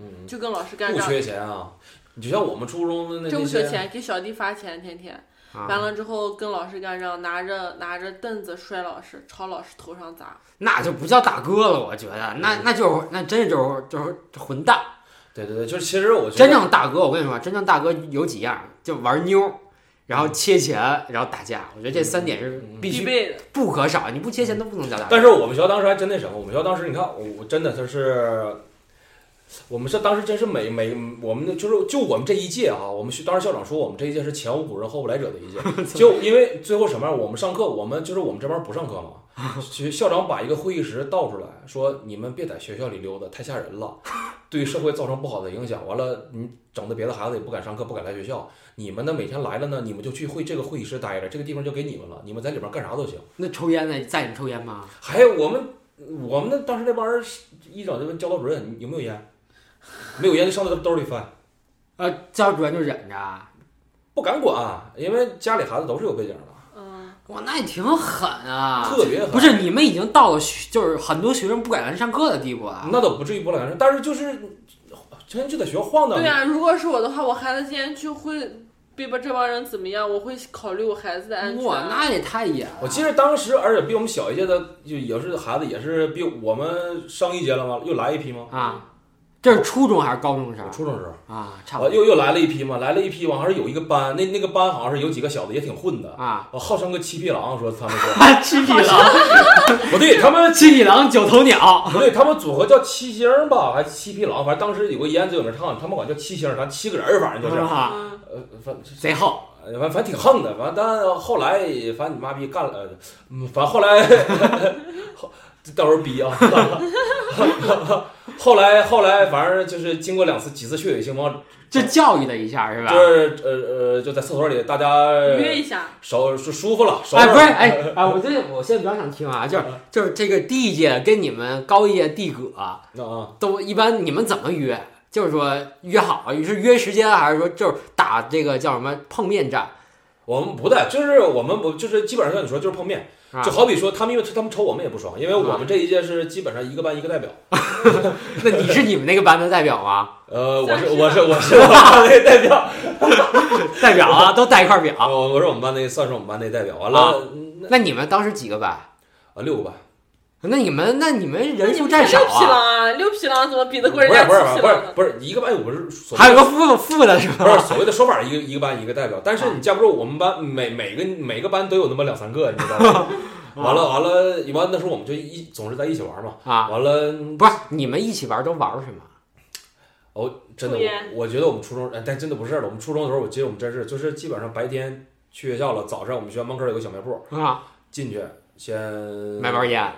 Speaker 5: 嗯，
Speaker 4: 就跟老师干
Speaker 5: 不
Speaker 4: 仗，
Speaker 5: 缺钱啊。你就像我们初中的那
Speaker 4: 真
Speaker 5: 那
Speaker 4: 不缺
Speaker 5: 些，
Speaker 4: 钱，给小弟发钱，天天完
Speaker 3: 啊，
Speaker 4: 了之后跟老师干仗，拿着拿着凳子摔老师，朝老师头上砸，
Speaker 3: 那就不叫大哥了。我觉得那
Speaker 5: 嗯
Speaker 3: 那就是那真是就是就是混蛋。
Speaker 5: 对对对，就是其实我觉得
Speaker 3: 真正大哥，我跟你说，真正大哥有几样，就玩妞，然后
Speaker 5: 嗯
Speaker 3: 切钱，然后打架。我觉得这三点是
Speaker 5: 嗯嗯
Speaker 3: 必
Speaker 4: 必
Speaker 3: 须
Speaker 4: 备的，
Speaker 3: 不可少，你不切钱都不能叫大哥。
Speaker 5: 嗯但是我们学校当时还真那什么，我们学校当时你看，我我真的就是，我们是当时真是每每我们就是就我们这一届啊，我们学当时校长说我们这一届是前无古人后无来者的一届，就因为最后什么样，我们上课我们就是我们这帮不上课嘛，学校长把一个会议室倒出来说你们别在学校里溜达，太吓人了，对社会造成不好的影响。完了，你整的别的孩子也不敢上课，不敢来学校，你们呢每天来了呢，你们就去会这个会议室待着，这个地方就给你们了，你们在里边干啥都行。
Speaker 3: 那抽烟呢？在你抽烟吗？
Speaker 5: 还有我们我们那当时那帮人是一整就问教导主任你有没有烟，没有烟就上他兜里翻，
Speaker 3: 呃，教主任就忍着。
Speaker 5: 啊不敢管，因为家里孩子都是有背景的，
Speaker 4: 嗯，
Speaker 3: 哇，那也挺狠啊！
Speaker 5: 特别狠
Speaker 3: 不是你们已经到了学，就是很多学生不敢来上课的地步啊了。
Speaker 5: 那倒不至于波澜，但是就是真就在学校晃荡
Speaker 4: 对，啊，如果是我的话，我孩子今天去会被把这帮人怎么样，我会考虑我孩子的安全。
Speaker 3: 呃
Speaker 4: 啊
Speaker 3: 哇，那也太野了！
Speaker 5: 我记得当时，而且比我们小一届的，就也是孩子，也是比我们上一届了吗？又来一批吗？
Speaker 3: 啊，这是初中还是高中的事
Speaker 5: 我
Speaker 3: 儿
Speaker 5: 初中时候，
Speaker 3: 啊？差不
Speaker 5: 我
Speaker 3: 多
Speaker 5: 又又来了一批嘛，来了一批嘛，好像是有一个班，那那个班好像是有几个小子也挺混的，
Speaker 3: 啊。
Speaker 5: 我号称个七匹狼，说他们说，
Speaker 3: 啊， 七匹狼，
Speaker 5: 不对，他们
Speaker 3: 七匹狼，九头鸟。
Speaker 5: 不对，他们组合叫七星儿吧，还是七匹狼，反正当时有个烟嘴有人唱，他们管叫七星儿，咱七个人儿，反 正就是，
Speaker 3: 啊，
Speaker 4: 嗯，
Speaker 5: 呃，反
Speaker 3: 贼横。
Speaker 5: 反正反正挺横的，反正但后来反正你妈逼干了，呃嗯，反正后来，后到时候逼啊， 后来后来反正就是经过两次几次血雨腥风，
Speaker 3: 这教育了一下是吧？
Speaker 5: 就是呃呃就在厕所里大家
Speaker 4: 约一下，
Speaker 5: 手舒舒服了，手
Speaker 3: 哎，不是，哎，哎，我这我现在比较想听啊，就是就是这个第一届跟你们高一届地葛
Speaker 5: 那啊，
Speaker 3: 都一般，你们怎么约？就是说约好是约时间，还是说就是打这个叫什么碰面战？
Speaker 5: 我们不带，就是我们不就是基本上像你说就是碰面。
Speaker 3: 啊
Speaker 5: 就好比说，他们因为他们抽我们也不爽，因为我们这一届是基本上一个班一个代表。
Speaker 3: 那你是你们那个班的代表啊吗？
Speaker 5: 呃，我是
Speaker 4: 算是吧
Speaker 5: 我是我是我们班的代表，
Speaker 3: 代表 啊，都带一块儿
Speaker 5: 啊
Speaker 3: 表。
Speaker 5: 我我是我们班那算是我们班那代表。完
Speaker 3: 啊
Speaker 5: 了，嗯
Speaker 3: 那你们当时几个班？
Speaker 5: 啊六个班，
Speaker 3: 那你们那你们人数
Speaker 4: 那
Speaker 3: 占
Speaker 4: 你们才
Speaker 3: 少
Speaker 4: 六匹
Speaker 3: 啊？
Speaker 4: 狼啊，六匹狼怎么比得
Speaker 5: 不
Speaker 4: 过
Speaker 5: 是
Speaker 4: 人
Speaker 5: 不
Speaker 4: 家
Speaker 5: 是不是
Speaker 4: 七匹
Speaker 5: 不
Speaker 4: 狼
Speaker 5: 是
Speaker 4: 呢？
Speaker 5: 不是一个班，哎我是所谓
Speaker 3: 还有个副副的是 啊
Speaker 5: 不是
Speaker 3: 吧？
Speaker 5: 所谓的说法，一个一个班一个代表。但是你架不住我们班每每个每个班都有那么两三个，你知道吗？完了完了，完那时候我们就一总是在一起玩嘛。
Speaker 3: 啊，
Speaker 5: 完了，
Speaker 3: 不是，你们一起玩都玩什么？
Speaker 5: 哦，真的，
Speaker 4: 抽烟
Speaker 5: 我我觉得我们初中，哎但真的不是了。我们初中的时候，我记得我们真是，就是基本上白天去学校了，早上我们学校门口有个小卖部，
Speaker 3: 啊，
Speaker 5: 进去先
Speaker 3: 买包烟，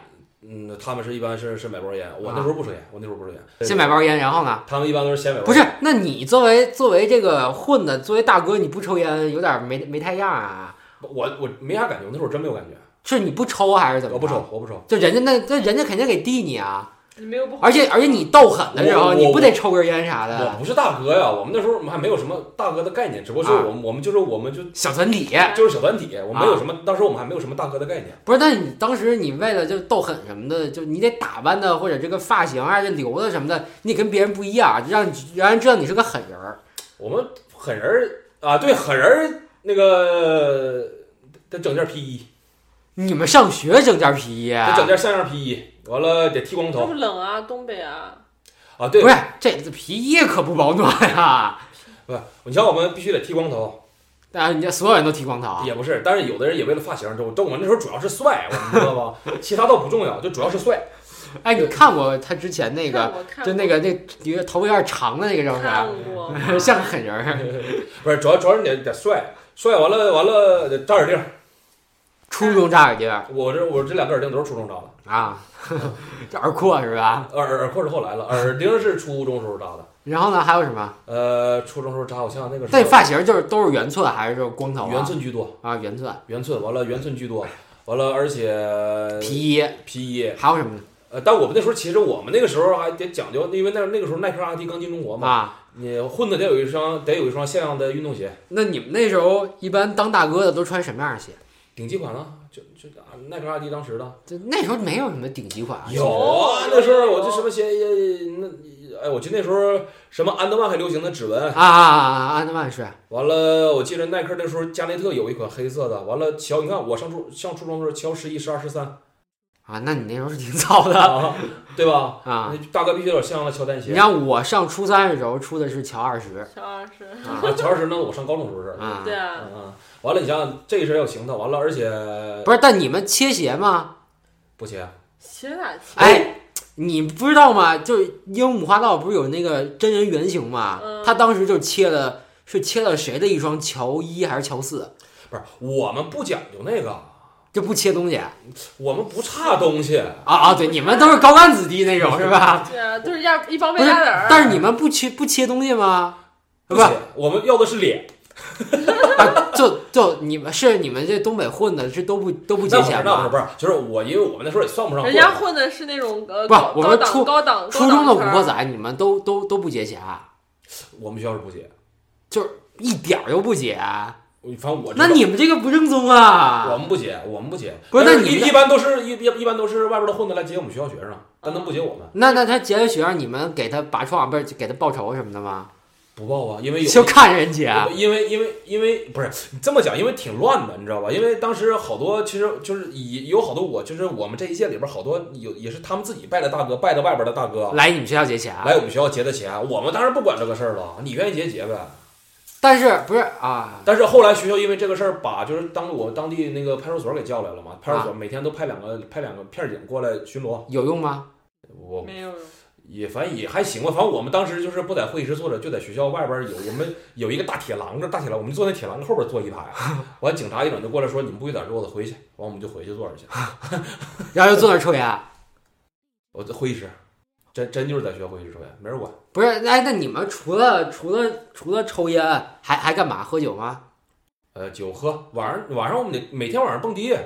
Speaker 5: 嗯，他们是一般是是买包烟，我那时候不抽烟，我那时候不抽烟。
Speaker 3: 啊先买包烟，然后呢？
Speaker 5: 他们一般都是先买包。
Speaker 3: 不是，那你作为作为这个混的，作为大哥，你不抽烟有点没没太样啊？
Speaker 5: 我我没啥感觉，我那时候真没有感觉，
Speaker 3: 是你不抽还是怎么？
Speaker 5: 我不抽，，我不抽。
Speaker 3: 就人家那那人家肯定给递你啊，
Speaker 4: 你没有不好，
Speaker 3: 而且而且你斗狠的时
Speaker 5: 我
Speaker 3: 候，
Speaker 5: 我
Speaker 3: 你不得抽根烟啥
Speaker 5: 我
Speaker 3: 的？
Speaker 5: 不是大哥呀，我们那时候还没有什么大哥的概念，只不过
Speaker 3: 啊
Speaker 5: 就是我们我们就是我们就
Speaker 3: 小团体
Speaker 5: 就是小团体，我
Speaker 3: 啊
Speaker 5: 没有什么，当时我们还没有什么大哥的概念。
Speaker 3: 不是？那你当时你为了就斗狠什么的，就你得打扮的或者这个发型啊、这留子什么的，你得跟别人不一样，让让人知道你是个狠人儿。
Speaker 5: 我们狠人儿啊，对狠人儿那个得整件皮衣，
Speaker 3: 你们上学整件皮衣啊，
Speaker 5: 得整件像样皮衣，完了得剃光
Speaker 4: 就
Speaker 5: 头
Speaker 4: 是冷啊，东北啊，
Speaker 5: 啊，对
Speaker 3: 不，是这这皮衣可不保暖啊 呀、
Speaker 5: 不是，你像我们必须得剃光头，
Speaker 3: 但哎是人家所有人都剃光头，啊
Speaker 5: 也不是，但是有的人也为了发型，就但我那时候主要是帅，我你知道吧？其他倒不重要，就主要是帅。
Speaker 3: 哎，你看过他之前那
Speaker 4: 看
Speaker 3: 个，
Speaker 4: 我看
Speaker 3: 就那个那一个头发有点长的那个叫
Speaker 4: 看
Speaker 3: 啥？
Speaker 4: 过
Speaker 3: 像个狠人儿。
Speaker 5: 不是，主要主要是你得得帅，帅完了完了得扎耳钉，
Speaker 3: 初中扎耳钉儿
Speaker 5: 我这我这两个耳钉都是初中扎的，
Speaker 3: 啊， 这耳廓是吧？
Speaker 5: 耳耳耳廓是后来了，耳钉是初中时候扎的。
Speaker 3: 然后呢，还有什么？
Speaker 5: 呃，初中时候扎，我想想那个时
Speaker 3: 那
Speaker 5: 候
Speaker 3: 你发型就是都是圆寸还是就是光头啊？
Speaker 5: 圆寸居多，
Speaker 3: 啊，圆寸
Speaker 5: 圆寸，完了圆寸居多，完了而且
Speaker 3: 皮衣，
Speaker 5: 皮衣，
Speaker 3: 还有什么呢？
Speaker 5: 呃，但我们那时候其实我们那个时候还得讲究，因为那那个时候耐克、阿迪刚进中国嘛，
Speaker 3: 啊，
Speaker 5: 你混的得有一双得有一双像样的运动鞋，
Speaker 3: 那你们那时候一般当大哥的都穿什么样的鞋？
Speaker 5: 顶级款啊，就就啊耐克、阿迪当时的
Speaker 3: 就那时候没有什么顶级款啊，
Speaker 5: 啊
Speaker 4: 有
Speaker 5: 那时候
Speaker 4: 有
Speaker 5: 我这什么鞋也那哎，我记得那时候什么安德曼还流行的指纹，
Speaker 3: 啊啊啊啊！安德曼是
Speaker 5: 完了我记得耐克那时候加内特有一款黑色的，完了乔你看我上初上初中的时候乔十一、十二、十 三
Speaker 3: 啊，那你那时候是挺早的
Speaker 5: 啊，对吧？
Speaker 3: 啊。
Speaker 5: 那大哥必须得有像样的乔丹
Speaker 3: 你
Speaker 5: 鞋。
Speaker 3: 让我上初三的时候出的是乔二 十
Speaker 4: 小二十，
Speaker 5: 啊，乔二十那我上高中时候是，
Speaker 3: 啊
Speaker 4: 对，啊，
Speaker 5: 嗯嗯，完了你想想这事儿要行的，完了而且
Speaker 3: 不是，但你们切鞋吗？
Speaker 5: 不行，
Speaker 4: 鞋哪去？
Speaker 3: 哎，你不知道吗？就是鹦鹉花道不是有那个真人原型吗？
Speaker 4: 嗯
Speaker 3: 他当时就切了，是切了谁的一双乔一还是乔四？
Speaker 5: 不是我们不讲究那个，
Speaker 3: 就不切东西啊
Speaker 5: 我们不差东西，
Speaker 3: 啊！对，你们都是高干子弟那种是 吧？
Speaker 4: 对啊，都是压一帮
Speaker 3: 不
Speaker 4: 被
Speaker 3: 是，
Speaker 4: 压点儿，
Speaker 3: 但是你们不切不切东西吗？
Speaker 5: 不
Speaker 3: 不是
Speaker 5: 行，我们要的是脸。
Speaker 3: 啊，就就你们是你们这东北混的，是都不都不
Speaker 5: 那
Speaker 3: 结
Speaker 5: 不是
Speaker 3: 钱
Speaker 5: 那不是
Speaker 3: 吗？
Speaker 5: 不是，就是我，因为我们那时候也算不上
Speaker 4: 人
Speaker 5: 混，
Speaker 4: 家混的是那种呃
Speaker 3: 不
Speaker 4: 高
Speaker 3: 我
Speaker 4: 高
Speaker 3: 说
Speaker 4: 档
Speaker 3: 初
Speaker 4: 高档
Speaker 3: 初中的
Speaker 4: 高档
Speaker 3: 古
Speaker 4: 圈儿
Speaker 3: 惑仔，你们都都都不结钱啊，
Speaker 5: 我们学校是不结，
Speaker 3: 一点儿都不结啊。
Speaker 5: 反正我知道
Speaker 3: 那你们这个不正宗
Speaker 5: 我
Speaker 3: 啊！
Speaker 5: 们不结，我们不结，
Speaker 3: 不是
Speaker 5: 但
Speaker 3: 那你
Speaker 5: 一
Speaker 3: 们
Speaker 5: 一般都是一一一般都是外边的混子来结我们学校学生，但他们不结我们，
Speaker 3: 那那他结了学，你们给他拔创，不是给他报仇什么的吗？
Speaker 5: 不报啊，因为有
Speaker 3: 就看人结，
Speaker 5: 因为因为因为不是你这么讲，因为挺乱的，你知道吧？因为当时好多其实就是以有好多我就是我们这一届里边好多有也是他们自己拜的大哥，拜的外边的大哥
Speaker 3: 来你们学校结钱。啊
Speaker 5: 来我们学校结的钱，我们当然不管这个事儿了，你愿意结结呗。
Speaker 3: 但是不是啊？
Speaker 5: 但是后来学校因为这个事儿，把就是当我当地那个派出所给叫来了嘛，派出所每天都派两个派两个片警过来巡逻，
Speaker 3: 有用吗？
Speaker 5: 我
Speaker 4: 没有，
Speaker 5: 也反正也还行吧，反正我们当时就是不在会议室坐着，就在学校外边有我们有一个大铁栏杆，大铁栏，我们坐那铁栏杆后边坐一排。完，警察一整就过来说你们不许在这坐着，回去。完，我们就回去坐着去。
Speaker 3: 然后就坐那儿抽烟。啊
Speaker 5: 我在会议室，真真就是在学校会议室抽烟，没人管。
Speaker 3: 不是，哎，那你们除了除了除了抽烟，还还干嘛？喝酒吗？
Speaker 5: 呃，酒喝，晚上晚上我们得每天晚上蹦迪。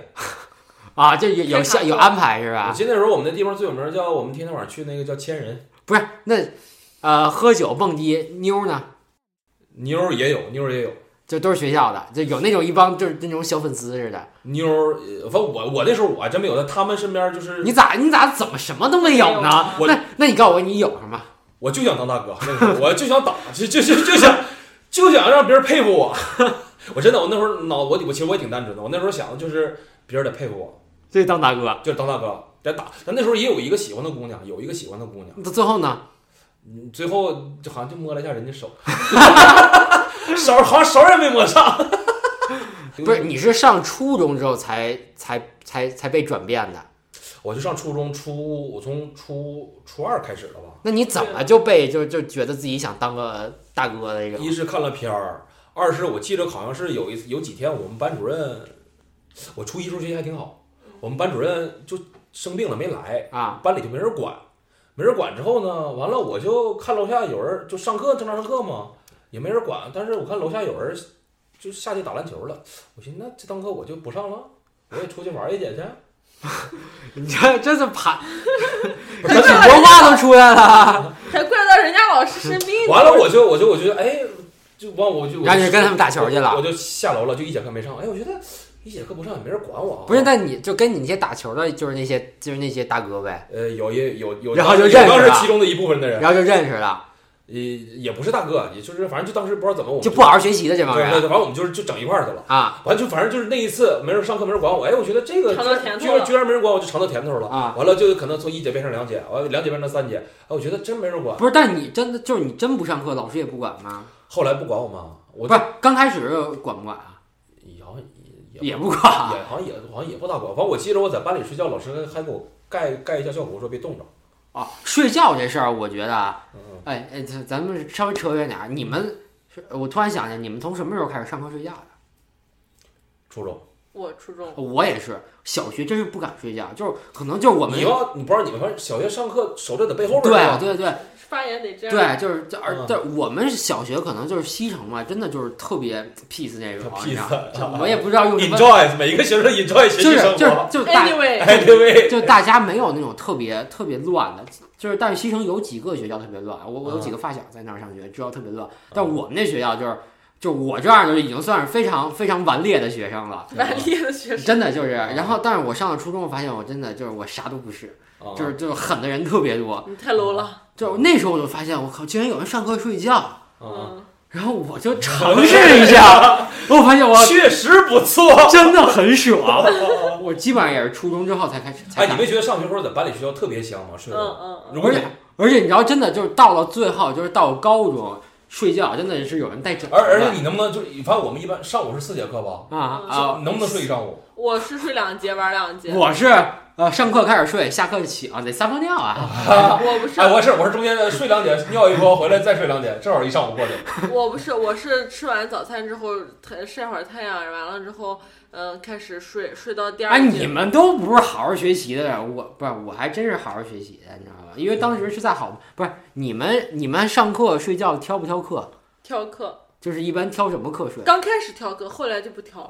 Speaker 3: 啊，这有有下有安排是
Speaker 5: 我
Speaker 3: 吧？
Speaker 5: 记得那时候我们那地方最有名叫我们天天晚上去那个叫千人
Speaker 3: 不是，那呃，喝酒蹦迪妞呢，
Speaker 5: 妞儿也有，妞儿也有
Speaker 3: 就都是学校的，就有那种一帮就是那种小粉丝似的。
Speaker 5: 妞儿。呃反正我我那时候我还真没有，但他们身边就是
Speaker 3: 你咋你咋怎么什么都没有呢？
Speaker 5: 我
Speaker 3: 那那你告诉我你有什么？
Speaker 5: 我就想当大哥，那个时候我就想打， 就就就就想就想让别人佩服我。 我真的，我那时候脑我我其实我也挺单纯的，我那时候想的就是别人得佩服我，
Speaker 3: 这当大哥。
Speaker 5: 就是当大哥得打。但那时候也有一个喜欢的姑娘，有一个喜欢的姑娘，
Speaker 3: 那最后呢？
Speaker 5: 嗯最后就好像就摸了一下人家手， 手好像手也没摸上。
Speaker 3: 不是，你是上初中之后才才才才被转变的
Speaker 5: 我就上初中初，我从初初二开始了吧。
Speaker 3: 那你怎么就被就就觉得自己想当个大哥的那种
Speaker 5: 一？是看了片儿，二是我记得好像是有一次有几天我们班主任，我初一时候学习还挺好，
Speaker 3: 嗯
Speaker 5: 我们班主任就生病了没来，
Speaker 3: 啊，
Speaker 5: 班里就没人管，没人管之后呢，完了我就看楼下有人就上课正常上课嘛，也没人管，但是我看楼下有人就下去打篮球了，我寻思那这堂课我就不上了，我也出去玩一点去。
Speaker 3: 哎你这这是 盘，这很多话都出来了。
Speaker 4: 还怪到人家老师生病。
Speaker 5: 完了，我就我就我觉得，哎，就完我就我就
Speaker 3: 然后你就跟他们打球去了
Speaker 5: 我就下楼了，就一节课没上。哎，我觉得一节课不上也没人管我啊。
Speaker 3: 不是，但你就跟你那些打球的，就是那些就是那些大哥呗，
Speaker 5: 呃，有一有有，
Speaker 3: 然后就
Speaker 5: 有
Speaker 3: 认识
Speaker 5: 当时
Speaker 3: 了
Speaker 5: 其中的一部分的人，
Speaker 3: 然后就认识了，
Speaker 5: 也也不是大哥，也就是反正就当时不知道怎么我们
Speaker 3: 就不好好学习的这帮
Speaker 5: 对对
Speaker 3: 人
Speaker 5: 对，完我们就是就整一块儿去了。
Speaker 3: 啊
Speaker 5: 完就反正就是那一次没人上课没人管我，哎，我觉得这个
Speaker 4: 尝到甜头
Speaker 5: 居然
Speaker 4: 了
Speaker 5: 居然没人管我，就尝到甜头了
Speaker 3: 啊！
Speaker 5: 完了就可能从一节变成两节，完了两节变成三节，哎，我觉得真没人管。
Speaker 3: 不是，但你真的就是你真不上课，老师也不管吗？
Speaker 5: 后来不管我妈，我
Speaker 3: 不是，刚开始管不管啊？
Speaker 5: 也好像也
Speaker 3: 也不管。啊
Speaker 5: 也好像也好像也不大管。反正我记得我在班里睡觉，老师还给我盖盖一下校服，说别冻着。
Speaker 3: 啊，睡觉这事儿，我觉得啊，
Speaker 5: 嗯，
Speaker 3: 哎哎，咱咱们稍微扯远点儿。你们是，我突然想起来，你们从什么时候开始上课睡觉的？
Speaker 5: 初中
Speaker 4: 我初中
Speaker 3: 我也是，小学真是不敢睡觉，就是可能就是我们
Speaker 5: 你要你不知道你们反正小学上课手就得背后边儿
Speaker 3: 对
Speaker 5: 啊，
Speaker 3: 对对
Speaker 4: 发言得这样。
Speaker 3: 对，就是这而
Speaker 5: 嗯
Speaker 3: 但我们小学可能就是西城嘛，真的就是特别 peace 那种，你知道吗，
Speaker 5: Peace 啊
Speaker 3: 我也不知道用什么，
Speaker 5: enjoy 每一个学生 enjoy 学
Speaker 3: 就
Speaker 5: 习
Speaker 3: 是
Speaker 5: 生
Speaker 3: 就是
Speaker 5: 活。
Speaker 3: 就是大
Speaker 4: ，anyway，
Speaker 5: 哎，对对，
Speaker 3: 就大家没有那种特别特别乱的，就是但是西城有几个学校特别乱，我我有
Speaker 5: 嗯
Speaker 3: 几个发小在那儿上学，知道特别乱，但我们那学校就是就我这样的已经算是非常非常顽劣的学生了，
Speaker 4: 顽劣 的学生。
Speaker 3: 真的就是，然后但是我上了初中，我发现我真的就是我啥都不是，
Speaker 5: 啊
Speaker 3: 就是就是狠的人特别多，
Speaker 4: 你太 low 了，
Speaker 3: 就是那时候我就发现我靠，竟然有人上课睡觉。
Speaker 5: 啊，
Speaker 4: 嗯，
Speaker 3: 然后我 就尝试一下，我发现我
Speaker 5: 确实不错。
Speaker 3: 真的很爽。我基本上也是初中之后才开始才
Speaker 5: 哎，
Speaker 3: 开
Speaker 5: 你
Speaker 3: 始
Speaker 5: 没觉得上学时候在班里学校特别香吗？睡
Speaker 4: 嗯
Speaker 5: 得
Speaker 4: 嗯嗯，
Speaker 5: 如果
Speaker 3: 而
Speaker 5: 你
Speaker 3: 且而且你知道，真的就是到了最后，就是到高中睡觉，真的是有人带枕头
Speaker 5: 而
Speaker 3: 的。
Speaker 5: 而且你能不能就是，反正我们一般上午是四节课吧，
Speaker 3: 啊啊，
Speaker 5: 能不能睡一上午？
Speaker 4: 我是睡两节玩两节，
Speaker 3: 我是呃上课开始睡，下课醒得撒泡尿啊。
Speaker 4: 我不是
Speaker 5: 哎，我是我是中间睡两节，尿一波回来再睡两节，正好一上午过去。
Speaker 4: 我不是，我是吃完早餐之后太晒会儿太阳，完了之后，嗯、开始睡，睡到第
Speaker 3: 哎，
Speaker 4: 二
Speaker 3: 你
Speaker 4: 天。
Speaker 3: 们都不是好好学习的人，我不是我还真是好好学习的，你知道吧？因为当时是在好不是你们你们上课睡觉挑不挑课？
Speaker 4: 挑课，
Speaker 3: 就是一般挑什么课睡？
Speaker 4: 刚开始挑课，后来就不挑了。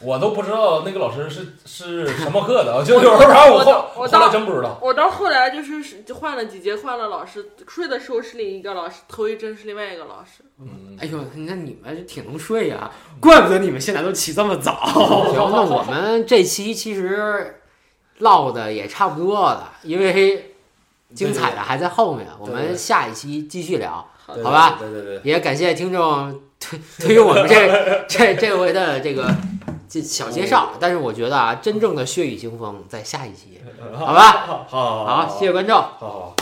Speaker 5: 我都不知道那个老师是是什么课的，就有时候反正我后
Speaker 4: 我
Speaker 5: 后
Speaker 4: 当
Speaker 5: 来真不知道。
Speaker 4: 我到后来就是就换了几节，换了老师，睡的时候是另一个老师，头一阵是另外一个老师。
Speaker 5: 嗯，
Speaker 3: 哎呦，那你们挺能睡呀、怪不得你们现在都起这么早。 行，那我们这期其实唠的也差不多了，因为精彩的还在后面，我们下一期继续聊，
Speaker 5: 对
Speaker 3: 好吧？
Speaker 5: 对对对，
Speaker 3: 也感谢听众对对于我们 这这这回的这个这小介绍，但是我觉得啊，真正的血雨腥风在下一期，好吧？
Speaker 5: 嗯好好
Speaker 3: 好，谢谢观众，
Speaker 5: 好好，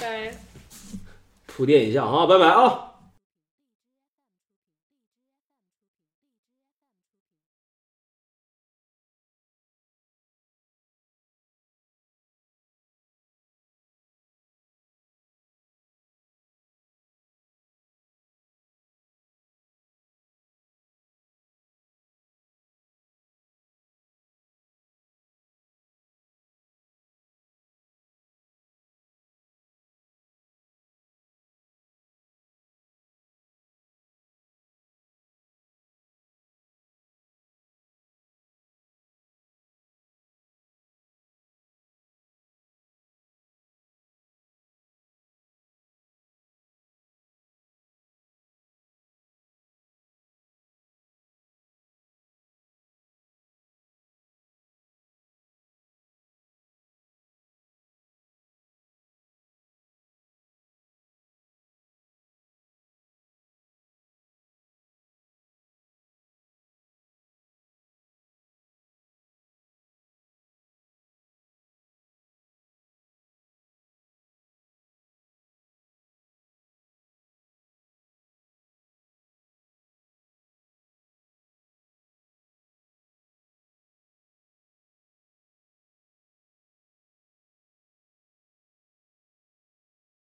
Speaker 4: 拜拜。
Speaker 5: 铺垫一下啊，拜拜啊。